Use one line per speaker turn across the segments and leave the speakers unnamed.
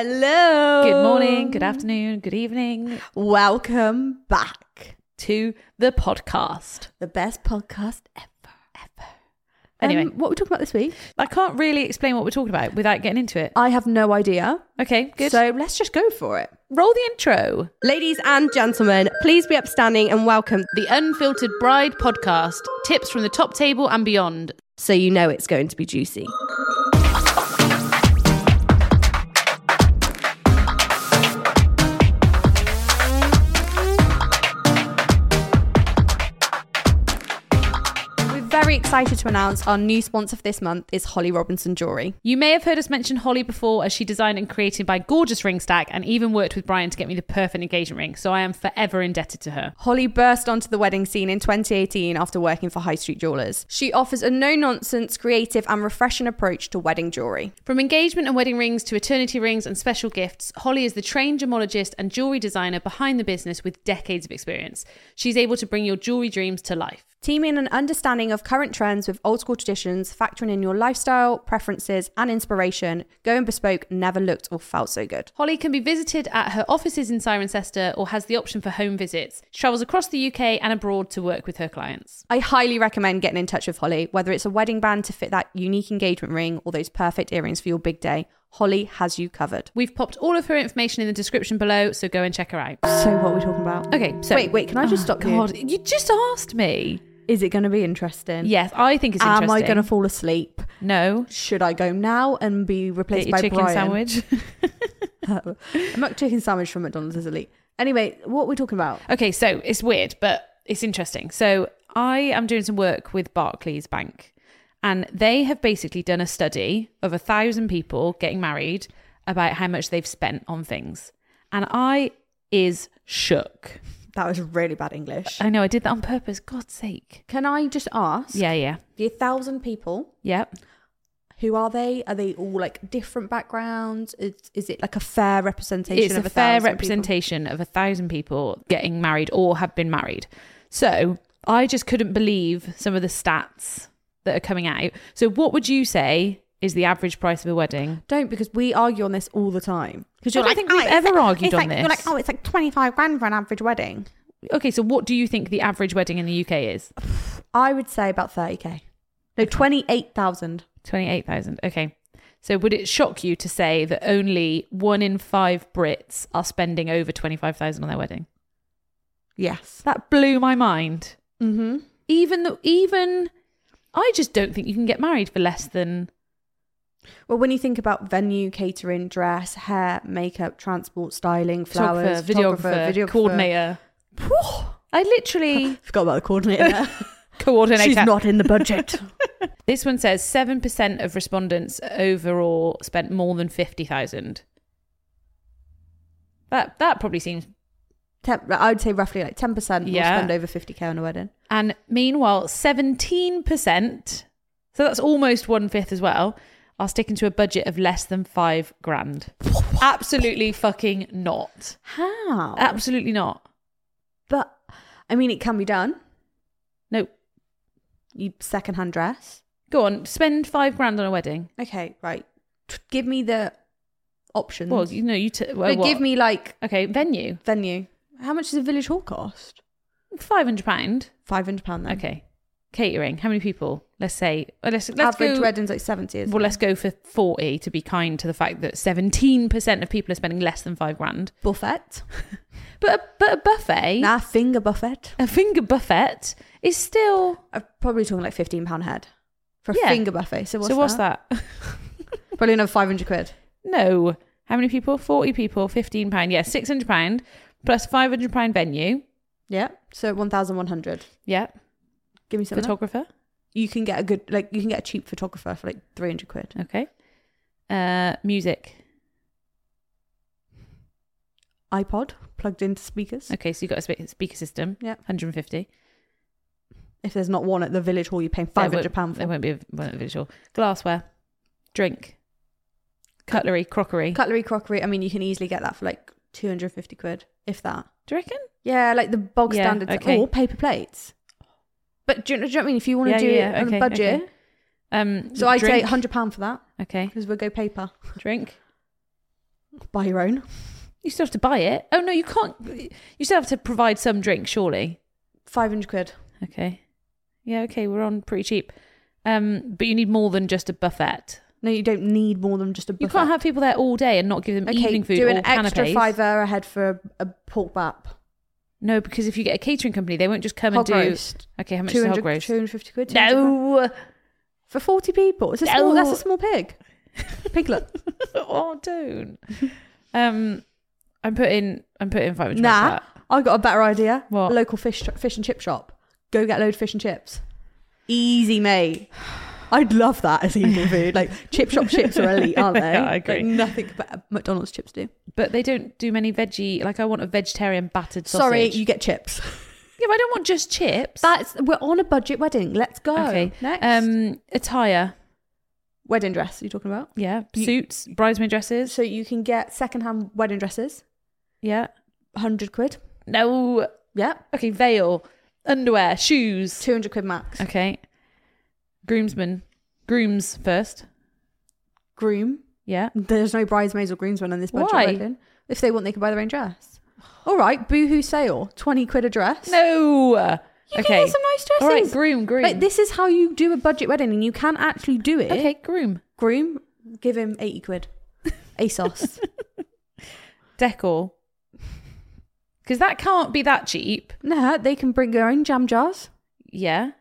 Hello.
Good morning,
Um,
good afternoon, good evening
Welcome back.
to the podcast.
The best podcast ever. ever.
um,
Um,
Anyway.
what we talking about this week?
I can't really explain what we're talking about without getting into it.
I have no idea.
Okay, good.
So let's just go for it.
roll the intro.
Ladies and gentlemen, please be upstanding and welcome
The Unfiltered Bride podcast tips from the top table and beyond.
so you know it's going to be juicy. We're Very excited to announce our new sponsor for this month is Holly Robinson Jewelry.
You may have heard us mention Holly before as she designed and created my gorgeous ring stack and even worked with Brian to get me the perfect engagement ring, so I am forever indebted to her.
Holly burst onto the wedding scene in 2018 after working for high street jewelers. She offers a no nonsense, creative, and refreshing approach to wedding jewelry.
From engagement and wedding rings to eternity rings and special gifts, Holly is the trained gemologist and jewelry designer behind the business with decades of experience. She's able to bring your jewelry dreams to life.
Teaming an understanding of current trends with old school traditions, factoring in your lifestyle, preferences, and inspiration, going bespoke never looked or felt so good.
Holly can be visited at her offices in Cirencester or has the option for home visits. She travels across the UK and abroad to work with her clients.
I highly recommend getting in touch with Holly, whether it's a wedding band to fit that unique engagement ring or those perfect earrings for your big day. Holly has you covered.
We've popped all of her information in the description below, so go and check her out.
So, what are we talking about?
Okay, so
Wait, wait, can I just
Oh,
stop you?
God, you? just asked me.
Is it going to be interesting?
Yes, I think it's
Am
interesting.
I going to fall asleep?
no?
Should I go now and be replaced
Get your
by
chicken
Brian?
sandwich.
A McChicken sandwich from McDonald's is elite. Anyway, what are we talking about?
okay, so it's weird, but it's interesting. So I am doing some work with Barclays Bank, and they have basically done a study of a thousand people getting married about how much they've spent on things, and I is shook.
That was really bad English.
I know I did that on purpose. God's sake.
Can I just ask?
Yeah, yeah,
The thousand people,
yep.
who are they? Are they all like different backgrounds? Is, is it like a fair representation
It's
of
a
a
fair
thousand people?
representation of a thousand people getting married or have been married. So I just couldn't believe some of the stats that are coming out. So what would you say is the average price of a wedding?
Don't because we argue on this all the time. Because
I don't think we've ever argued on this.
You're "Oh, like, oh, it's like twenty five grand for an average wedding.
Okay, so what do you think the average wedding in the UK is?
I would say about thirty k. No, twenty eight thousand.
Twenty-eight thousand. Okay. So would it shock you to say that only one in five Brits are spending over twenty-five thousand on their wedding?
Yes.
That blew my mind.
Mm-hmm.
even though even I just don't think you can get married for less than
Well, when you think about venue, catering, dress, hair, makeup, transport, styling, flowers,
photographer, videographer,
videographer.
coordinator. I literally
Forgot about the coordinator. there.
coordinate.
She's not in the budget.
This one says seven percent of respondents overall spent more than fifty thousand. That that probably seems.
Ten, I would say roughly like ten percent.
Yeah.
will spend over fifty k on a wedding.
And meanwhile, seventeen percent. So that's almost one fifth as well. Are sticking to a budget of less than five grand. Absolutely fucking not.
How?
Absolutely not.
Uh, but I mean, it can be done.
No.
You secondhand dress.
Go on, spend five grand on a wedding.
Okay, right. T- Give me the options.
Well, you know, you t- well,
But
what?
give me like
okay venue
venue. How much does a village hall cost?
five hundred pound.
Five hundred pound. Then
Okay, catering. How many people? Let's say well, let's let's
average
go.
weddings like seventy. Isn't
well,
it?
let's go for forty to be kind to the fact that seventeen percent of people are spending less than five grand.
buffet.
But a, but a buffet,
Nah, finger buffet.
a finger buffet is still.
I'm probably talking like fifteen pound head for a
Yeah.
finger buffet. So what's,
so what's that?
that? Probably another five hundred quid.
no, how many people? Forty people. Fifteen pound. Yeah, six hundred pound plus five hundred pound venue.
Yeah. So one thousand one hundred.
Yeah,
Give me something.
photographer.
you can get a good like you can get a cheap photographer for like 300 quid
Okay, uh, music.
ipod plugged into speakers
Okay, so you've got a spe- speaker system.
Yep.
150.
if there's not one at the village hall you're paying
There
500
won't-
pound for
There won't be a, won't be a visual. Glassware, drink, cutlery, crockery.
cutlery crockery i mean you can easily get that for like 250 quid if that
Do you reckon?
yeah like the bog
Yeah,
standard
okay.
or paper plates but do you, know, do you know what i mean if you want to
Yeah,
do
yeah,
it on
okay,
a budget
okay. Um,
so i'd say
drink.
100 pound for that
Okay,
because we'll go paper
drink.
buy your own.
You still have to buy it. Oh no, you can't. You still have to provide some drink, surely.
500 quid.
Okay. Yeah. Okay. We're on pretty cheap. Um, but you need more than just a buffet.
No, you don't need more than just a buffet.
You can't have people there all day and not give them
okay,
evening food
do
or
an extra
canapes.
fiver ahead for a, a pork bap.
No, because if you get a catering company, they won't just come
Hog
and do.
roast.
Okay, how much is the
200,
hog roast?
250 quid. 200 quid.
No.
For 40 people. It's a small, That's
No.
a small pig. Piglet.
oh, don't. um, I'm putting. I'm putting five hundred.
nah, I've got a better idea.
What?
Local fish fish and chip shop. Go get a load of fish and chips. Easy, mate. I'd love that as evening food. Like chip shop chips are elite, aren't they?
Yeah, I agree.
Like, nothing but uh, McDonald's chips do.
But they don't do many veggie. Like I want a vegetarian battered sausage.
Sorry, you get chips.
yeah, but I don't want just chips.
That's we're on a budget wedding. Let's go.
okay.
Next.
Um, attire.
wedding dress. You're talking about.
Yeah,
You-
suits, bridesmaid dresses.
So you can get secondhand wedding dresses,
Yeah.
hundred quid.
No.
Yeah,
Okay. Veil, underwear, shoes.
two hundred quid max.
Okay. Groomsmen. Grooms first.
Groom.
Yeah.
There's no bridesmaids or groomsmen on this budget
Why?
wedding. If they want, they can buy their own dress. All right, boohoo sale, twenty quid a dress.
No.
you
okay.
can get some nice dresses.
All right. Groom. Groom.
Like this is how you do a budget wedding, and you can actually do it.
okay. Groom.
Groom, give him eighty quid. ASOS.
Decor. Because that can't be that cheap.
nah, they can bring their own jam jars.
Yeah.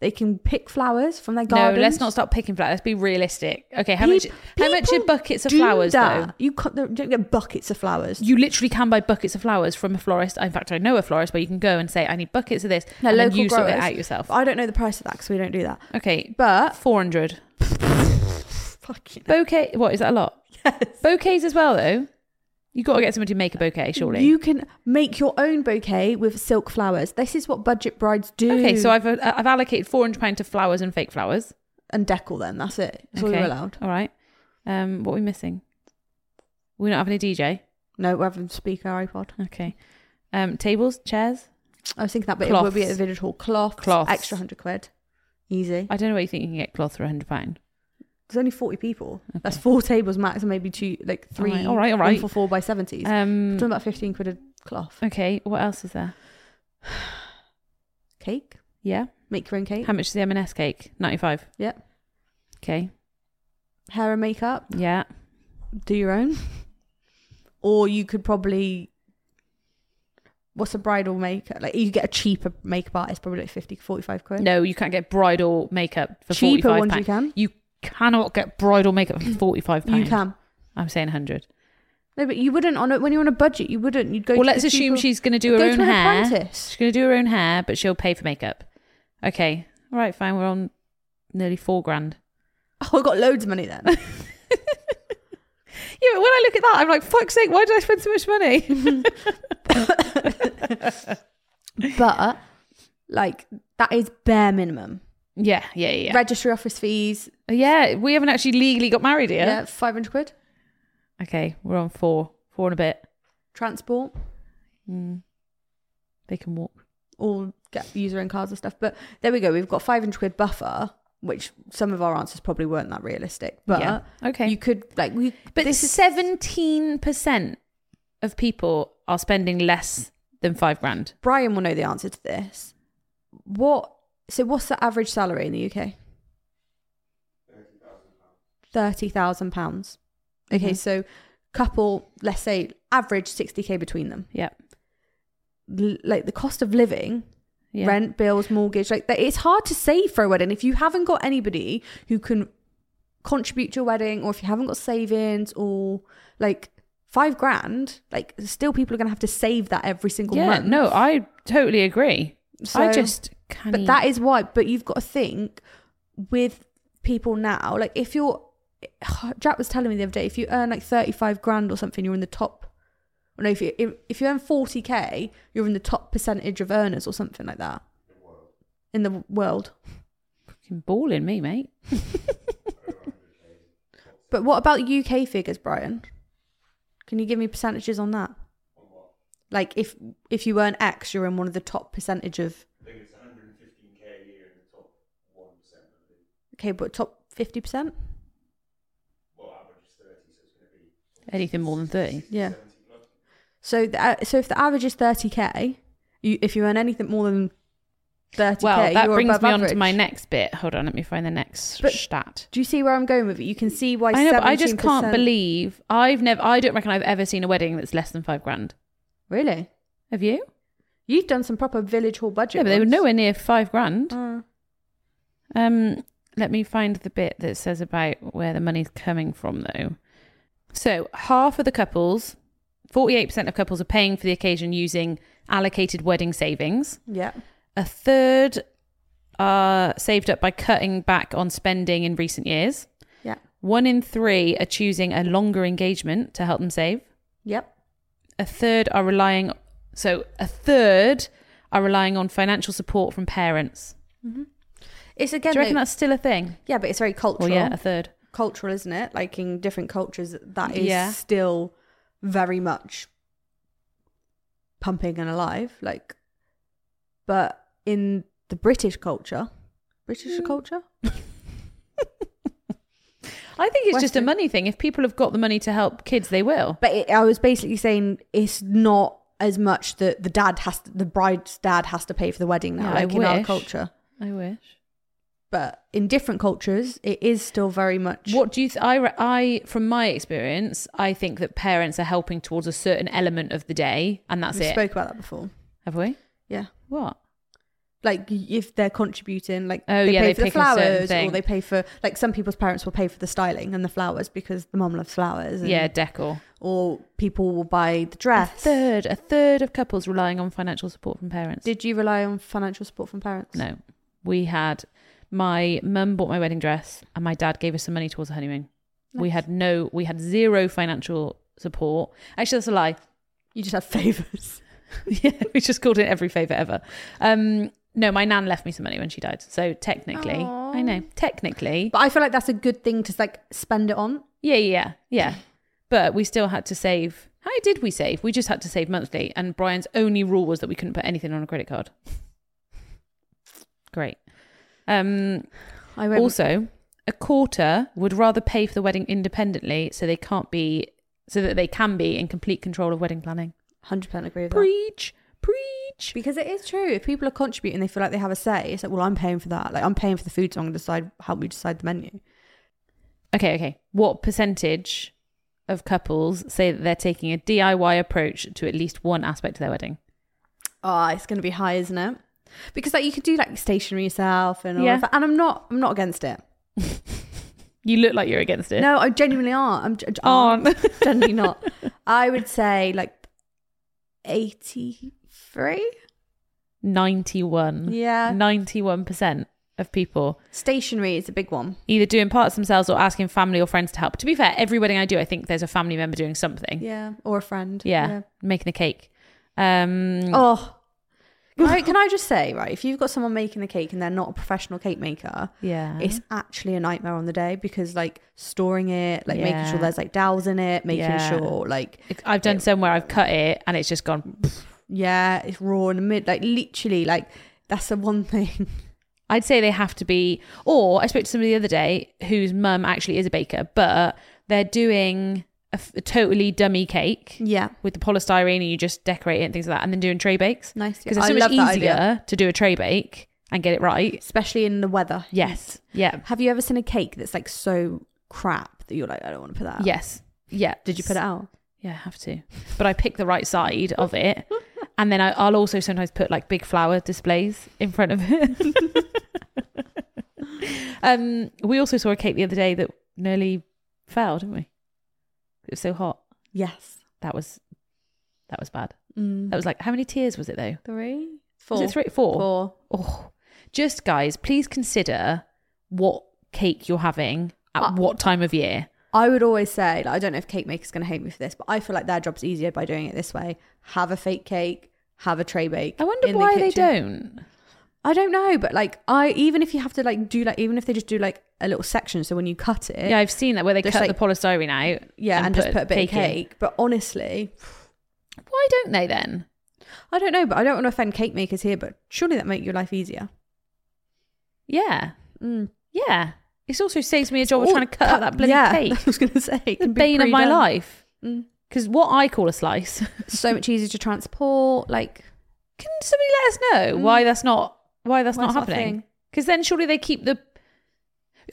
They can pick flowers from their garden.
No, let's not start picking flowers. Let's be realistic. Okay, how much?
Peop-
How much are
people
buckets of
do
flowers
that.
though?
You can't, you don't get buckets of flowers.
You literally can buy buckets of flowers from a florist. In fact, I know a florist where you can go and say, "I need buckets of this,"
No,
and then
local
you sort it
growers.
out yourself.
I don't know the price of that because we don't do that.
Okay,
But
four hundred
fucking
bouquet. What is that a lot?
yes.
Bouquets as well though. You got to get somebody to make a bouquet, surely.
You can make your own bouquet with silk flowers. This is what budget brides do.
okay, so I've uh, I've allocated four hundred pound to flowers and fake flowers.
and deckle then. That's it. That's all
Okay,
you're allowed.
All right. Um, what are we missing? We don't have any DJ.
No, we're having speaker iPod.
Okay. Um, tables, chairs.
I was thinking that, but it will
Cloths.
be at the village hall. Cloth,
Cloths.
extra hundred quid, easy.
I don't know where you think you can get cloth for a hundred pound.
There's only forty people. That's four tables max, and maybe two, like three.
all right, all
one
right.
for four by seventies.
Um,
talking about fifteen quid a cloth,
okay, what else is there?
cake.
Yeah,
Make your own cake.
how much is the M&S cake? Ninety-five.
Yep.
Okay.
Hair and makeup.
Yeah.
do your own. Or you could probably what's a bridal makeup? Like you get a cheaper makeup artist, probably like 50, 45 quid.
No, you can't get bridal makeup for
cheaper
forty-five
ones you
pound.
can.
You cannot get bridal makeup for forty-five pound.
You can.
I'm saying hundred.
No, but you wouldn't on a, when you're on a budget, you wouldn't. You'd go.
Well,
to
let's
the
assume
cheaper-
she's going to do her
go
own
to an
hair.
apprentice.
She's going to do her own hair, but she'll pay for makeup. Okay. All right. Fine. We're on nearly four grand.
Oh, I got loads of money then.
Yeah, but when I look at that, I'm like, fuck's sake, why did I spend so much money?
but like that is bare minimum.
yeah, yeah, yeah.
Registry office fees.
Yeah, we haven't actually legally got married
Yeah,
yet.
five hundred quid.
Okay, we're on four, four and a bit.
Transport.
Mm. They can walk.
all get user and cards and stuff. But there we go. We've got 500 quid buffer, which some of our answers probably weren't that realistic. But
Yeah. Okay.
you could like we.
but seventeen percent of people are spending less than five grand.
Brian will know the answer to this. What? So what's the average salary in the UK? Thirty thousand pounds. Okay,
Mhm.
so couple, let's say average sixty k between them.
Yeah.
L- like the cost of living
Yeah.
rent, bills, mortgage. Like that, it's hard to save for a wedding if you haven't got anybody who can contribute to your wedding, or if you haven't got savings, or like five grand. Like still, people are gonna have to save that every single
Yeah.
month.
No, I totally agree. I
So-
just can't.
but that is why. But you've got to think with people now. Like if you're, Jack was telling me the other day, if you earn like thirty five grand or something, you're in the top. Or no, if you if- if you earn forty k, you're in the top percentage of earners or something like that. In the world.
fucking balling me, mate.
But what about UK figures, Brian? Can you give me percentages on that? Like if if you earn X, you're in one of the top percentage of. I think it's 115k a year in the top one percent. Okay, but top fifty percent.
Anything more than 30.
Yeah. So the, uh, so if the average is 30k, you, if you earn anything more than 30k,
Well, that
you're
brings
above
me on
average.
to my next bit. Hold on, let me find the next
But-
stat.
Do you see where I'm going with it? You can see why.
I know, but I just can't
17%
believe I've never. I don't reckon I've ever seen a wedding that's less than five grand.
Really,
Have you?
you've done some proper village hall budget.
Yeah, but they were
ones.
nowhere near five grand.
Mm.
Um, let me find the bit that says about where the money's coming from, though. So half of the couples, forty-eight percent of couples, are paying for the occasion using allocated wedding savings.
yeah.
A third are saved up by cutting back on spending in recent years.
Yeah.
One in three are choosing a longer engagement to help them save.
Yep.
a third are relying so a third are relying on financial support from parents.
It's
Do
again.
you reckon
though-
that's still a thing?
yeah, but it's very
Well,
cultural.
yeah, a third.
Cultural, isn't it? Like in different cultures, that is
Yeah.
still very much pumping and alive. Like, but in the British culture,
Mm.
British culture,
I think it's just a
Western.
money thing. If people have got the money to help kids, they will.
But it, I was basically saying it's not as much that the dad has, to, the bride's dad has to pay for the wedding now,
Yeah, I
like in our
wish.
culture.
I wish.
But in different cultures, it is still very much.
What do you? Th- I, re- I, from my experience, I think that parents are helping towards a certain element of the day, and that's
we
it.
spoke about that before.
have we?
Yeah,
What?
like if they're contributing, like
Oh,
they
yeah,
pay
they
for the
pick a certain
flowers, or
thing.
they pay for like some people's parents will pay for the styling and the flowers because the mom loves flowers. And,
Yeah, decor.
or people will buy the
A
dress.
third, a third of couples relying on financial support from parents.
Did you rely on financial support from parents?
No. We had my mum bought my wedding dress and my dad gave us some money towards the honeymoon. We
Nice.
had no we had zero financial support. Actually that's a lie.
you just had favors.
yeah, we just called it every favour ever. Um no, my nan left me some money when she died. So technically
Aw.
I know. Technically.
But I feel like that's a good thing to like spend it on.
Yeah, yeah, yeah. But we still had to save how did we save? We just had to save monthly and Brian's only rule was that we couldn't put anything on a credit card. Great. Um
I went
Also, a quarter would rather pay for the wedding independently so they can't be so that they can be in complete control of wedding planning.
Hundred percent agree with that.
Preach, preach.
Because it is true. If people are contributing, they feel like they have a say. It's like, well, I'm paying for that. Like I'm paying for the food, so I'm going to decide how we decide the menu.
Okay, okay. What percentage of couples say that they're taking a DIY approach to at least one aspect of their wedding?
Ah, it's going to be high, isn't it? Because like you could do like stationery yourself and all
Yeah.
of that. And I'm not, I'm not against it.
You look like you're against it.
No, I genuinely aren't. I'm ge-
Aren't.
aren't. generally not. I would say like eighty-three.
91.
Yeah,
91% of people
stationery is a big one.
either doing parts themselves or asking family or friends to help. To be fair, every wedding I do, I think there's a family member doing something.
Yeah, or a friend.
yeah, making a cake. Um,
Oh. Can I, can I just say, right, if you've got someone making the cake and they're not a professional cake maker,
yeah,
it's actually a nightmare on the day because, like, storing it, like, making
Yeah.
sure there's, like, dowels in it, making
Yeah.
sure, like,
I've done some where I've cut it and it's just gone.
yeah, it's raw in the mid. Like, literally, like, that's the one thing.
I'd say they have to be. Or I spoke to somebody the other day whose mum actually is a baker, but they're doing a, f- a totally dummy cake
yeah.
with the polystyrene and you just decorate it and things like that, and then doing tray bakes
Nice.
because
I
it's so
love
much
that idea.
easier to do a tray bake and get it right.
Especially in the weather.
Yes. Yeah.
Have you ever seen a cake that's, like, so crap that you're like, I don't want to put that out?
Yes. Yeah.
Did you put it out?
Yeah, I have to. But I pick the right side of it. And then I, I'll also sometimes put like big flower displays in front of it. um, we also saw a cake the other day that nearly fell, didn't we? It was so hot.
Yes.
That was that was bad.
Mm.
That was like how many tiers was it though?
Three? Four.
Was it three, four?
Four.
Oh, just guys, please consider what cake you're having at
Uh,
what time of year.
I would always say, like, I don't know if cake makers going to hate me for this, but I feel like their job's easier by doing it this way. Have a fake cake, have a tray bake.
I wonder
in the
why they
kitchen.
don't.
I don't know, but like, I even if you have to like do like, even if they just do like a little section, so when you cut it,
Yeah, I've seen that where they
Just
cut
like-
the polystyrene out.
yeah, and, just put a bit of
in.
cake. But honestly,
Why don't they then?
I don't know, but I don't want to offend cake makers here, but surely that make your life easier.
Yeah,
Mm.
yeah. It also saves me a job of
Or
trying to cut, up that bloody
yeah,
cake.
I was going to say, it
The
can be
bane of my
pre-done.
life.
Mm.
Because what I call a slice, can
so much easier to transport. Like
somebody let us know why that's not why that's
Mm. Why
not
it's not a
happening?
thing.
Because then surely they keep the.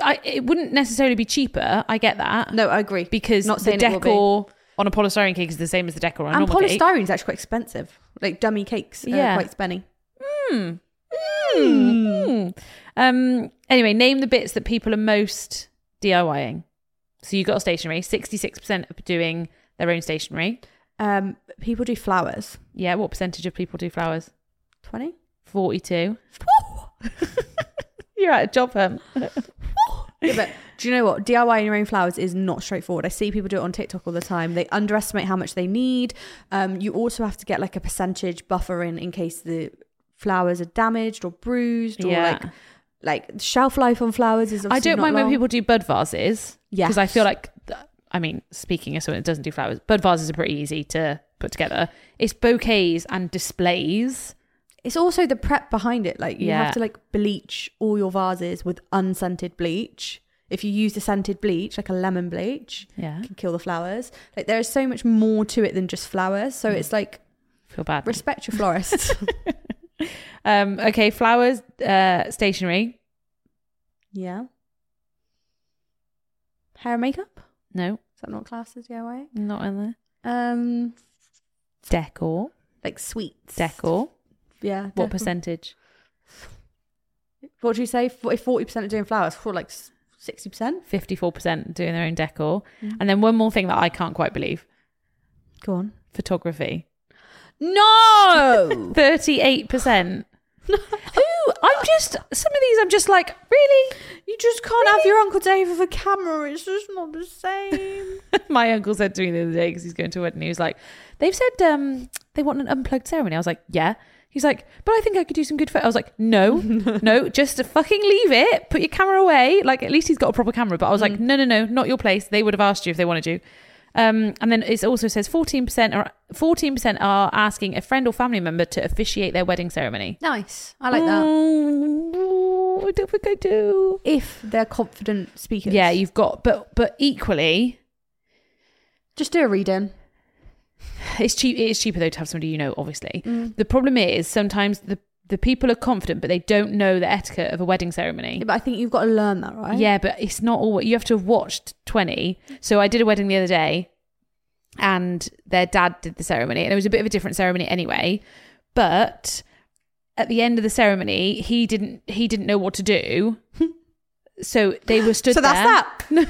I, it wouldn't necessarily be cheaper. I get that
no, I agree.
because
Not
the
saying it will be.
decor on a polystyrene cake is the same as the decor on a
and
normal cake.
polystyrene is actually quite expensive. Like dummy cakes yeah.
Yeah.
are quite spenny.
Mm.
Hmm.
Mm. Um, anyway, name the bits that people are most DIYing. So you got stationery. Sixty-six percent are doing their own stationery.
Um, people do flowers.
Yeah, what percentage of people do flowers?
Twenty.
Forty-two. You're at a job hunt.
Yeah, but do you know what? DIYing your own flowers is not straightforward. I see people do it on TikTok all the time. They underestimate how much they need. Um, you also have to get like a percentage buffer in in case the flowers are damaged or bruised or
Yeah.
like like shelf life on flowers is.
I
Obviously
don't
not
mind
long.
when people do bud vases
Yeah,
because I feel like, th- I mean, speaking as someone that doesn't do flowers, bud vases are pretty easy to put together. It's bouquets and displays.
it's also the prep behind it. Like you
Yeah.
have to like bleach all your vases with unscented bleach. If you use the scented bleach, like a lemon bleach,
Yeah,
it can kill the flowers. Like there is so much more to it than just flowers. So
Mm.
it's like
feel bad.
respect your florist.
Um, okay, flowers, uh, stationery.
yeah. Hair and makeup.
No,
Is that not classes DIY?
not in there.
Um,
Decor,
like sweets.
decor.
Yeah.
What
decor.
percentage?
What do you say? If forty percent are doing flowers, for like sixty percent.
Fifty-four percent doing their own decor. And then one more thing that I can't quite believe:
Go on.
photography.
No.
Thirty-eight percent. Who? I'm just some of these. I'm just like, really?
You just can't have your Uncle Dave with a camera. It's just not the same.
My uncle said to me the other day because he's going to a wedding. He was like, they've said um, they want an unplugged ceremony. I was like, yeah. He's like, but I think I could do some good photos. I was like, no, no, just fucking leave it. Put your camera away. Like, at least he's got a proper camera. But I was like, no, no, no, not your place. They would have asked you if they wanted you. Um, and then it also says 14% are 14% are asking a friend or family member to officiate their wedding ceremony.
nice. I like that. Mm,
Oh, I don't think I do.
If they're confident speakers.
Yeah, you've got, but but equally,
just do a reading.
It's cheap. It is cheaper though to have somebody you know. Obviously,
Mm.
the problem is sometimes the the people are confident, but they don't know the etiquette of a wedding ceremony.
But I think you've got to learn that, right?
Yeah, but it's not all. You have to have watched twenty. So I did a wedding the other day, and their dad did the ceremony, and it was a bit of a different ceremony anyway. But at the end of the ceremony, he didn't. He didn't know what to do. So they were stood
So that's
there.
that.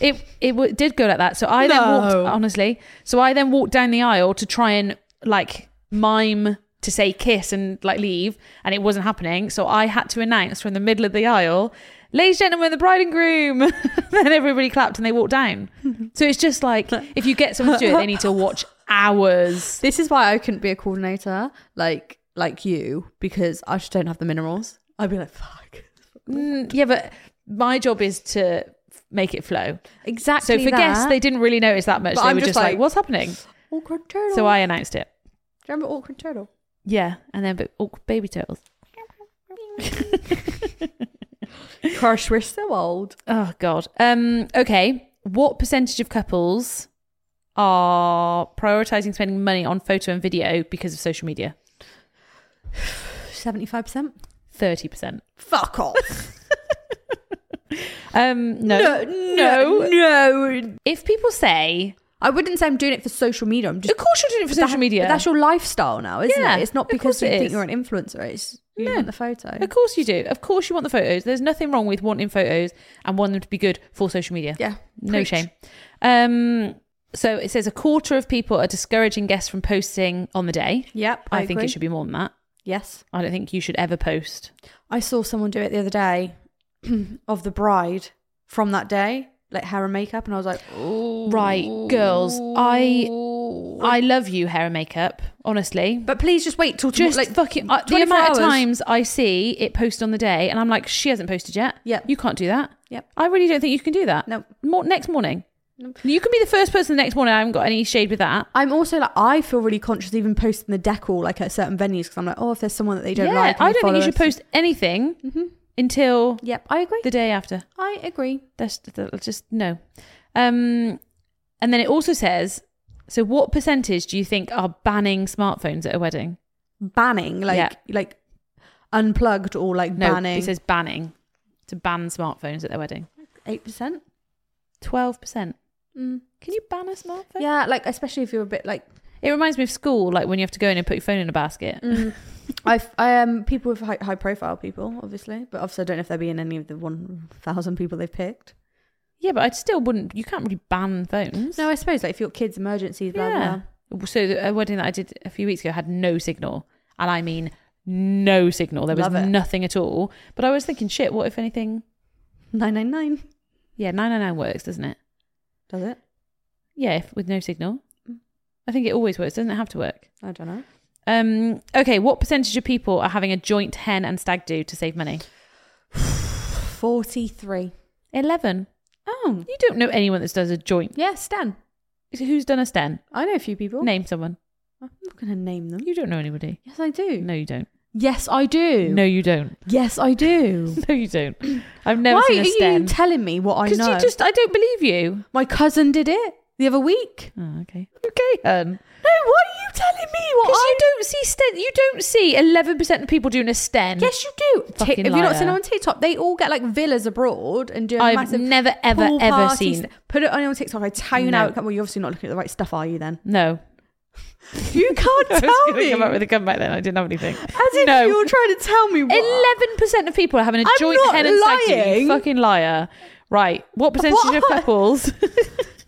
It it w- did go like that. So I then walked
No.
honestly. So I then walked down the aisle to try and like mime to say kiss and like leave, and it wasn't happening. So I had to announce from the middle of the aisle, "Ladies, gentlemen, the bride and groom." then everybody clapped and they walked down. so it's just like if you get someone to do it, they need to watch hours.
This is why I couldn't be a coordinator like like you because I just don't have the minerals. I'd be like, fuck.
Mm, yeah, but my job is to f- make it flow.
Exactly.
So for guests, they didn't really notice that much.
But
they
I'm
were
just
just, like,
like-
"What's happening?"
awkward turtle.
So I announced it.
Do you remember awkward turtle.
Yeah, and then but awkward baby turtles.
Crush, we're so old.
Oh god. Um. Okay. What percentage of couples are prioritizing spending money on photo and video because of social media?
Seventy five percent.
Thirty percent.
Fuck off.
Um. No.
no, no.
If people say,
I wouldn't say I'm doing it for social media. I'm just
of course you're doing it for social
That-
media.
But that's your lifestyle now, isn't
Yeah,
it? It's not
of
because
course
you
it
think
is.
you're an influencer. It's you
No.
want the photo.
of course you do. Of course you want the photos. There's nothing wrong with wanting photos and wanting them to be good for social media.
Yeah.
No
Preach.
shame. Um. So it says a quarter of people are discouraging guests from posting on the day.
Yep.
I, think it should be more than that.
Yes.
I don't think you should ever post.
I saw someone do it the other day of the bride from that day, like hair and makeup, and I was like,
Right, girls, I I love you, hair and makeup. Honestly,
but please just wait till tomorrow.
just
Like,
fucking uh, the
24
amount
hours.
of times I see it posted on the day, and I'm like, she hasn't posted yet.
Yep.
you can't do that.
Yep.
I really don't think you can do that.
No.
More, next morning, you can be the first person the next morning. I haven't got any shade with that.
I'm also like, I feel really conscious even posting the decor like at certain venues because I'm like, oh, if there's someone that they don't
yeah,
like, and Mm-hmm.
I don't think you
follow
should
us-
post anything until
Yep, I agree.
the day after.
I agree.
That's, that's just no. Um, and then it also says So, what percentage do you think are banning smartphones at a wedding?
banning like
Yeah.
like unplugged or like
No,
banning
it says banning to ban smartphones at their wedding.
eight percent.
Twelve percent. Can you ban a smartphone?
Mm. Yeah, like especially if you're a bit like
It reminds me of school, like when you have to go in and put your phone in a basket.
Mm. I I um people with high, high profile people obviously, but obviously I don't know if they're being any of the one thousand people they've picked.
Yeah, but I still wouldn't. You can't really ban phones.
No, I suppose like if your kids emergencies, blah blah, blah.
So the- a wedding that I did a few weeks ago had no signal, and I mean no signal. There was
Love it.
nothing at all. But I was thinking, shit. What if anything?
Nine nine nine.
Yeah, nine nine nine works, doesn't it?
Does it?
Yeah, if, with no signal.
Mm.
I think it always works. Doesn't it have to work?
I don't know.
Um, okay, what percentage of people are having a joint hen and stag do to save money?
Forty three.
Eleven.
Oh
You don't know anyone that does a joint.
yeah, Stan.
Who's done a sten?
I know a few people.
Name someone.
I'm not gonna name them.
You don't know anybody.
Yes, I do.
No, you don't.
Yes, I do.
No, you don't.
Yes, I do.
No, you don't. I've never
Why
seen
are
a
you
sten.
telling me what I
Because
know?
you just, I don't believe you.
My cousin did it the other week.
Oh, okay. Okay, hun.
Ah, No, what are you telling me? What?
Because
I-
you don't see sten. You don't see eleven percent of people doing a sten.
yes, you do.
Mm. Fucking
Ti- have you not
liar.
seen it on TikTok? They all get like villas abroad and do a
I've
massive
never ever
pool
ever
party
seen.
st- Put it on your TikTok. I tell you now.
No.
it can't- Well, you're obviously not looking at the right stuff, are you? Then
No,
you can't
I was
tell
going to
me.
come up with a comeback then. I didn't have anything.
As if
No.
you're trying to tell me. What,
Eleven percent of people are having a
I'm
joint
not
hen and stag do. You
lying.
fucking liar! Right, what percentage
What?
of couples?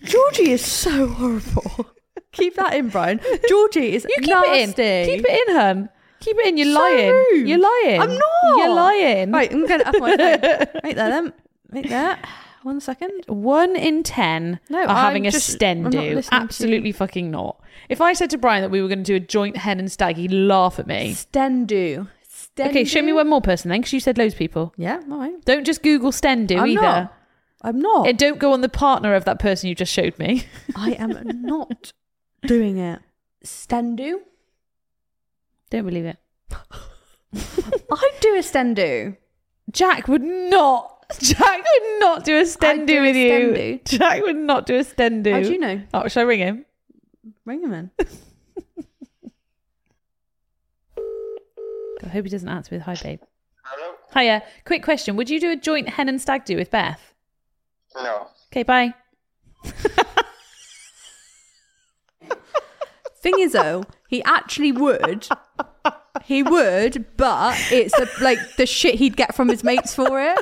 Georgie is so horrible. Keep that in, Brian. Georgie is
You keep
nasty.
it in. Keep it in, hun. Keep it in. You're
So
lying.
rude.
You're lying.
I'm not.
You're lying.
Right, I'm going to up my phone. Right there, then. Right there. One second.
One in ten
No,
are
I'm
having a
just- I'm
sten
not
do.
listening to you.
Absolutely fucking not. If I said to Brian that we were going to do a joint hen and stag, he'd laugh at me.
Stendu. Stendu.
Okay, show me one more person then, because you said loads of people.
Yeah, all right.
Don't just Google sten do
I'm
either.
not. I'm not.
And don't go on the partner of that person you just showed me.
I am not doing it. Stendu?
Don't believe it.
I'd do a stendu.
Jack would not. Jack would not do a sten
I'd
do
do a
with you.
sten do.
Jack would not do a sten do.
How do you know?
Oh, shall I ring him?
Ring him in.
I hope he doesn't answer with hi babe.
Hello?
Hiya. Quick question: Would you do a joint hen and stag do with Beth?
No.
Okay, bye.
Thing is, though, he actually would. He would, but it's the, like the shit he'd get from his mates for it.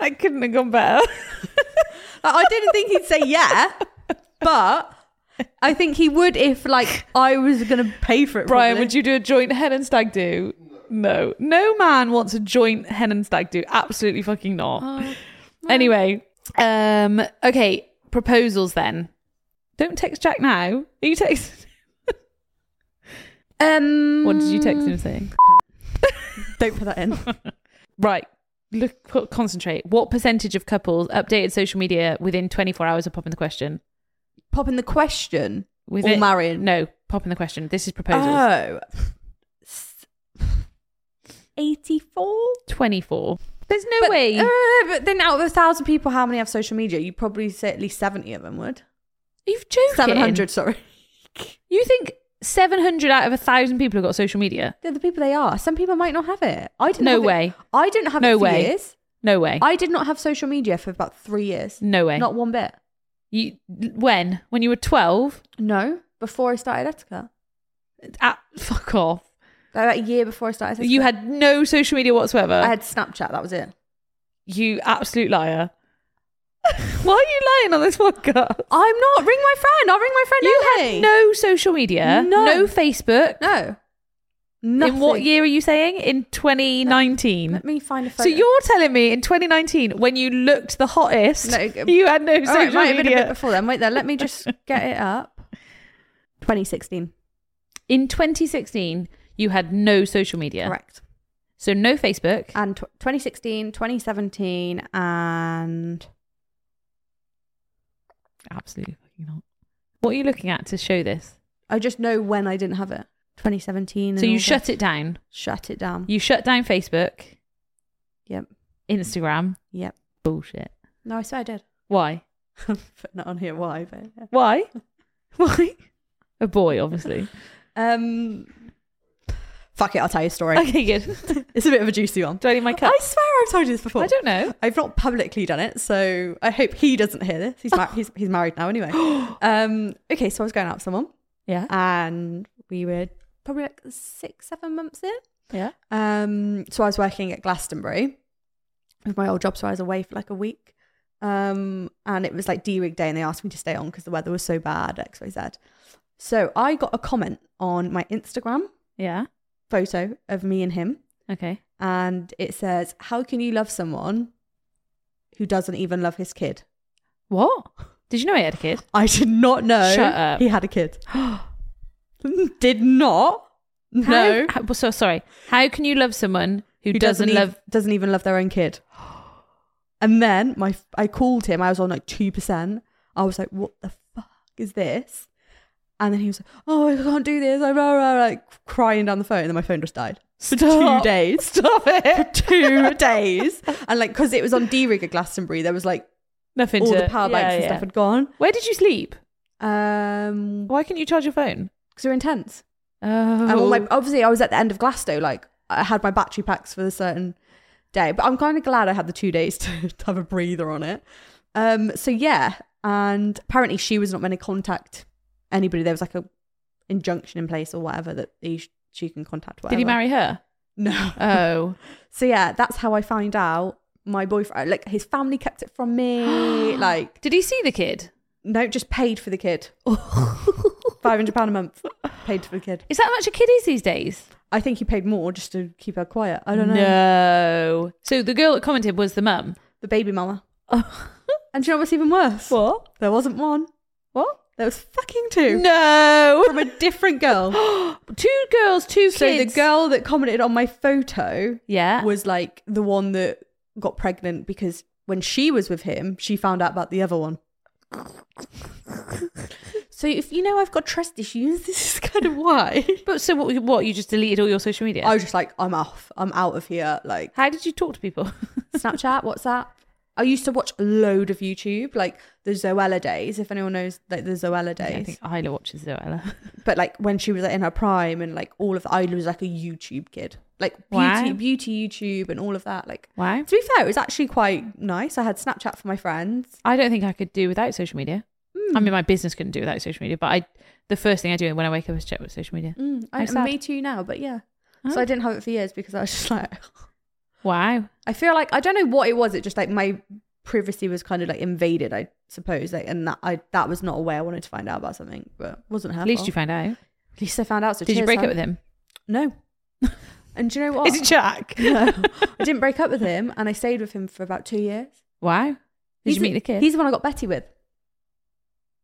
I couldn't have gone better.
Like, I didn't think he'd say yeah, but I think he would if like I was gonna pay for it.
Brian,
probably.
would you do a joint hen and stag do? No. No man wants a joint hen and stag do. Absolutely fucking not. Anyway, um, okay, proposals then. Don't text Jack now. Are you text
Um,
What did you text him saying?
Don't put that in.
Right. Look, co- concentrate. What percentage of couples updated social media within 24 hours of popping the question?
Pop in the question.
Within,
Or marrying.
No, popping the question. This is proposals.
Oh. Eighty-four.
24. There's no way.
Uh, but then, out of a thousand people, how many have social media? You probably say at least seventy of them would.
You've joking.
Seven hundred, sorry.
You think 700 out of a 1,000 people have got social media?
They're the people they are. Some people might not have it. I didn't.
No
have it-
way.
I didn't have
No
it for
way.
years.
No way.
I did not have social media for about three years.
no way.
Not one bit.
you, when? When you were 12?
No, before I started Etika.
Ah, fuck off.
Like a year before I started Etika.
You had no social media whatsoever.
I had Snapchat, that was it.
you absolute liar. Why are you lying on this podcast?
I'm not. Ring my friend. I'll ring my friend.
You
Ellie.
had no social media,
None.
no Facebook.
No. Nothing.
In what year are you saying? In 2019.
Let me find a photo.
so you're telling me in 2019, when you looked the hottest,
No, it-
you had no
All right,
social
might have been a bit
media.
before then. Wait there. Let me just get it up. 2016.
In 2016, you had no social media.
Correct.
So no Facebook.
And tw 2016, 2017, and
Absolutely fucking not. What are you looking at to show this?
I just know when I didn't have it. 2017.
So you shut it down.
shut it down.
You shut down Facebook,
Yep.
Instagram.
Yep.
Bullshit.
No, I swear I did.
Why?
Put that on here. Why? But yeah.
Why?
Why?
A boy, obviously.
Um, fuck it, I'll tell you a story.
okay, good.
It's a bit of a juicy one.
Do I need my cup?
I swear I've told you this before.
I don't know.
I've not publicly done it, so I hope he doesn't hear this. He's mar- he's, he's married now anyway. Um, okay, so I was going out with someone,
Yeah.
and we were probably like six, seven months in.
Yeah.
Um, so I was working at Glastonbury with my old job, so I was away for like a week. Um, and it was like D Rig Day, and they asked me to stay on because the weather was so bad, X, Y, Z. So I got a comment on my Instagram
Yeah.
photo of me and him,
Okay.
and it says, "How can you love someone who doesn't even love his kid?"
What? Did you know he had a kid?
I did not know
Shut up.
he had a kid. did not. No.
How, how- so sorry. How can you love someone who, doesn't,
ev-
love?
doesn't even love their own kid. And then my I called him. I was on like two percent. I was like, "What the fuck is this?" And then he was like, "Oh, I can't do this." I blah, blah, blah, like crying down the phone, and then my phone just died for
Stop.
two days. Stop it! For two days, and like because it was on D Rig at Glastonbury, there was like
Nothing.
all
to-
the power
Yeah,
banks and
yeah.
stuff had gone.
Where did you sleep?
Um,
Why couldn't you charge your phone?
because they're intense.
Oh,
And all my obviously, I was at the end of Glasto. Like I had my battery packs for a certain day, but I'm kind of glad I had the two days to, to have a breather on it. Um, so yeah, and apparently she was not meant to contact anybody. There was like a injunction in place or whatever that he, she can contact. Whatever.
did he marry her?
No.
Oh,
so yeah, that's how I found out my boyfriend. Like his family kept it from me. like
did he see the kid?
no, just paid for the kid. Five hundred pound a month paid for the kid.
Is that how much a kid is these days?
I think he paid more just to keep her quiet. I don't know.
No. So the girl that commented was the mum.
the baby mama. And do you know what's even worse?
What?
There wasn't one.
What?
There was fucking two
No.
from a different girl.
two girls, two
so the
kids.
girl that commented on my photo
Yeah.
was like the one that got pregnant because when she was with him, she found out about the other one. so if you know I've got trust issues, this is kind of why.
But so what? What you just deleted all your social media?
I was just like, I'm off. I'm out of here. Like
How did you talk to people?
Snapchat, WhatsApp. I used to watch a load of YouTube, like the Zoella days, if anyone knows like the Zoella days.
I think Isla watches Zoella.
but like when she was like, in her prime and like all of I was like a YouTube kid, like beauty,
Wow.
beauty YouTube and all of that. Like
Wow.
to be fair, it was actually quite nice. I had Snapchat for my friends.
I don't think I could do without social media. I mean, my business couldn't do without social media, but I, the first thing I do when I wake up is check with social media.
Mm,
How
I,
Hmm, sad.
me too now, but yeah.
Oh.
So I didn't have it for years because I was just like,
Wow.
I feel like I don't know what it was. It just like my privacy was kind of like invaded, I suppose. Like, and that I that was not a way I wanted to find out about something, but it wasn't her.
At least
fault.
you found out.
At least I found out. So
Did you
cheers,
break
hun.
up with him?
No. and do you know what?
Jack?
no, I didn't break up with him, and I stayed with him for about two years.
Wow. Did
He's
you meet the kid?
He's the one I got Betty with.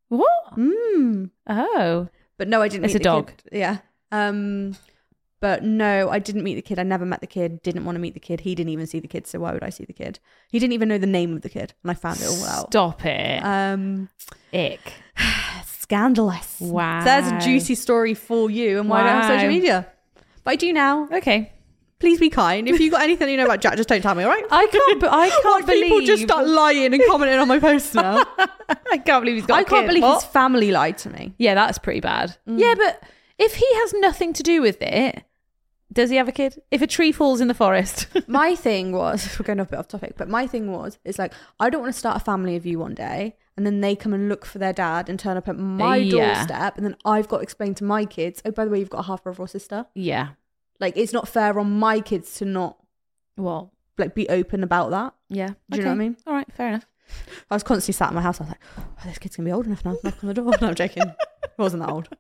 what?
Mm.
Oh.
But no, I didn't.
It's
meet
a
the
dog.
kid. Yeah. Um. But no, I didn't meet the kid. I never met the kid. Didn't want to meet the kid. He didn't even see the kid. So why would I see the kid? He didn't even know the name of the kid, and I found it all out.
Oh. Stop it.
Um.
Uh, Ick.
Scandalous.
Wow.
So there's a juicy story for you, and why I don't have social
Wow.
media? But I do now.
Okay.
Please be kind. If you got anything you know about Jack, just don't tell me. All right.
I can't. Be- I can't
Like,
believe.
people just start lying and commenting on my posts now.
I can't believe he's got.
I
a
can't
kid.
believe
What? Hmm.
his family lied to me.
Yeah, that's pretty bad. Yeah, but if he has nothing to do with it, does he have a kid? If a tree falls in the forest,
my thing was we're going off a bit off topic, but my thing was it's like I don't want to start a family of you one day and then they come and look for their dad and turn up at my
Yeah.
doorstep and then I've got to explain to my kids, oh by the way, you've got a half brother or sister.
yeah.
Like it's not fair on my kids to not
Well,
like be open about that.
yeah.
Do you know what I mean?
All right, fair enough.
I was constantly sat in my house, I was like, oh, this kid's gonna be old enough now, knock on the door. No, I'm joking. It wasn't that old.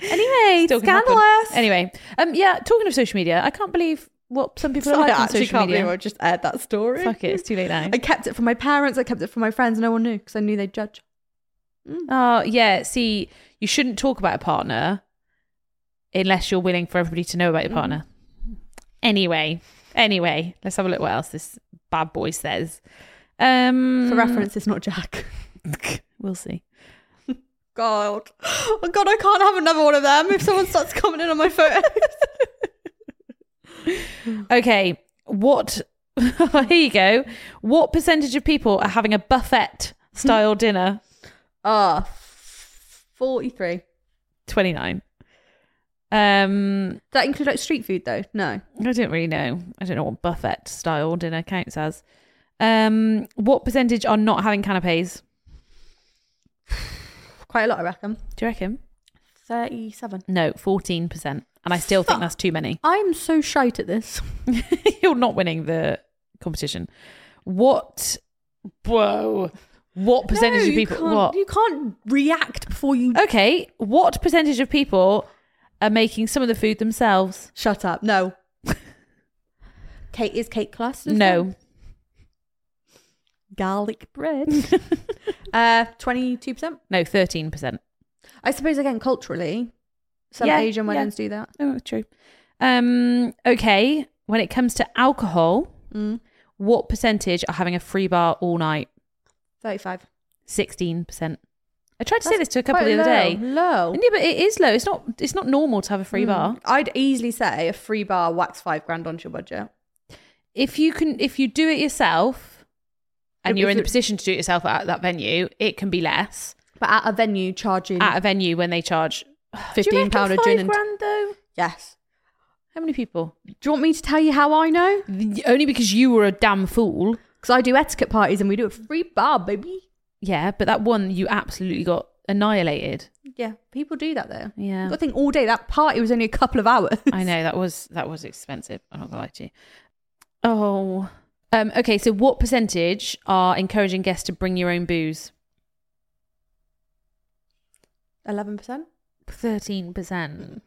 Anyway,
Still can happen.
scandalous. Anyway, um, yeah. Talking of social media, I can't believe what some people
So
are
I
like on
actually
social
can't believe
media.
I just aired that story.
Fuck it, it's too late now.
I kept it from my parents, I kept it from my friends, no one knew because I knew they'd judge. Mm.
Oh yeah. See, you shouldn't talk about a partner unless you're willing for everybody to know about your
Mm.
partner. Anyway, anyway, let's have a look what else this bad boy says. Um,
For reference, it's not Jack.
we'll see.
God. Oh God, I can't have another one of them if someone starts commenting on my photo.
Okay, what? here you go. What percentage of people are having a buffet style dinner?
Ah, 43.
29. Um,
That includes like street food though. No.
I don't really know. I don't know what buffet style dinner counts as. Um, what percentage are not having canapes?
Quite a lot, I reckon.
Do you reckon?
37.
No, 14%. And I still think
Fuck.
that's too many.
I'm so shite at this.
You're not winning the competition. What? Whoa. What percentage
No,
of people?
You can't,
What?
You can't react before you.
Okay. What percentage of people are making some of the food themselves?
Shut up. No. Kate is cake class.
No.
Garlic bread. uh, 22%.
No, 13%.
I suppose, again, culturally, some
Yeah,
Asian
yeah.
weddings do that.
Oh, true. Um, okay. When it comes to alcohol,
Mm.
what percentage are having a free bar all night?
35.
16%. I tried to say
That's
this to a couple the
Quite
other day.
low, Low. Hmm.
And Yeah, but it is low. Mm. It's not it's not normal to have a free bar.
I'd easily say a free bar whacks five grand onto your budget.
If you can if you do it yourself and
If
you're in the
it-
position to do it yourself at that venue, it can be less.
But at a venue, charging
At a venue when they charge Mm. Do
£15
you reckon
a gin
five
and-
grand though?
Yes.
How many people?
Do you want me to tell you how I know?
Only because you were a damn fool.
Because I do etiquette parties and we do a free bar, baby.
Yeah, but that one you absolutely got annihilated.
Yeah, people do that though.
Yeah.
I think all day that party was only a couple of hours.
I know that was that was expensive. I'm not gonna lie to you. Oh. Um, okay, so what percentage are encouraging guests to bring your own booze?
Eleven percent.
Thirteen percent.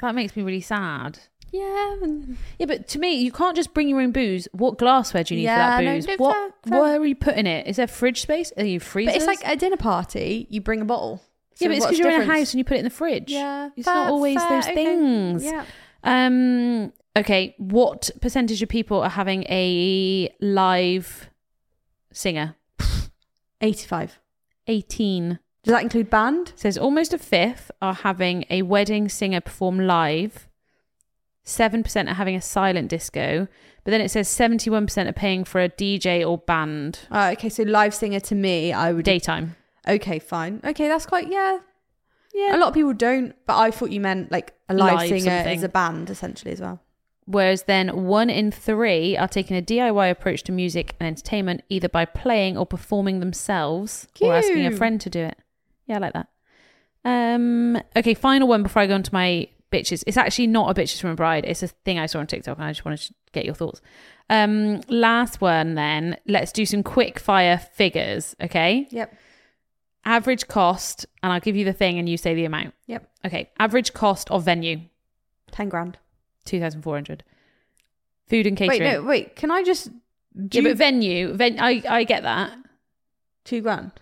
That makes me really sad.
Yeah. and-
Yeah, but to me, you can't just bring your own booze. What glassware do you need
Yeah,
for
no,
that booze?
no,
what
fair, fair.
where are you putting it? Is there fridge space? Are you freezers?
But it's like a dinner party. You bring a bottle.
yeah,
So
but it's
what's
because you're in a
difference?
house and you put it in the fridge.
Yeah,
it's
fair,
not always
fair,
those
okay.
things.
Yeah.
Um. Okay. What percentage of people are having a live singer?
Eighty-five.
Eighteen
Does that include band?
says almost a fifth are having a wedding singer perform live. Seven percent are having a silent disco, but then it says seventy-one percent are paying for a DJ or band.
Uh, okay, so live singer to me, I would.
Daytime.
Okay, fine. Okay, that's quite yeah.
Yeah.
A lot of people don't, but I thought you meant like a live,
Live
singer
something.
is a band essentially as well.
Whereas then one in three are taking a DIY approach to music and entertainment, either by playing or performing themselves or asking a
Cute.
friend to do it. Yeah, I like that. Um, okay, final one before I go on to my bitches. It's actually not a bitches from a bride. It's a thing I saw on TikTok and I just wanted to get your thoughts. Um, last one then. Let's do some quick fire figures, okay?
Yep.
Average cost, and I'll give you the thing and you say the amount.
Yep.
Okay, average cost of venue,
Ten grand.
2,400. Food and catering.
Wait, no, wait. Can I just do
Yeah, but venue, ven- I, I get that
two grand?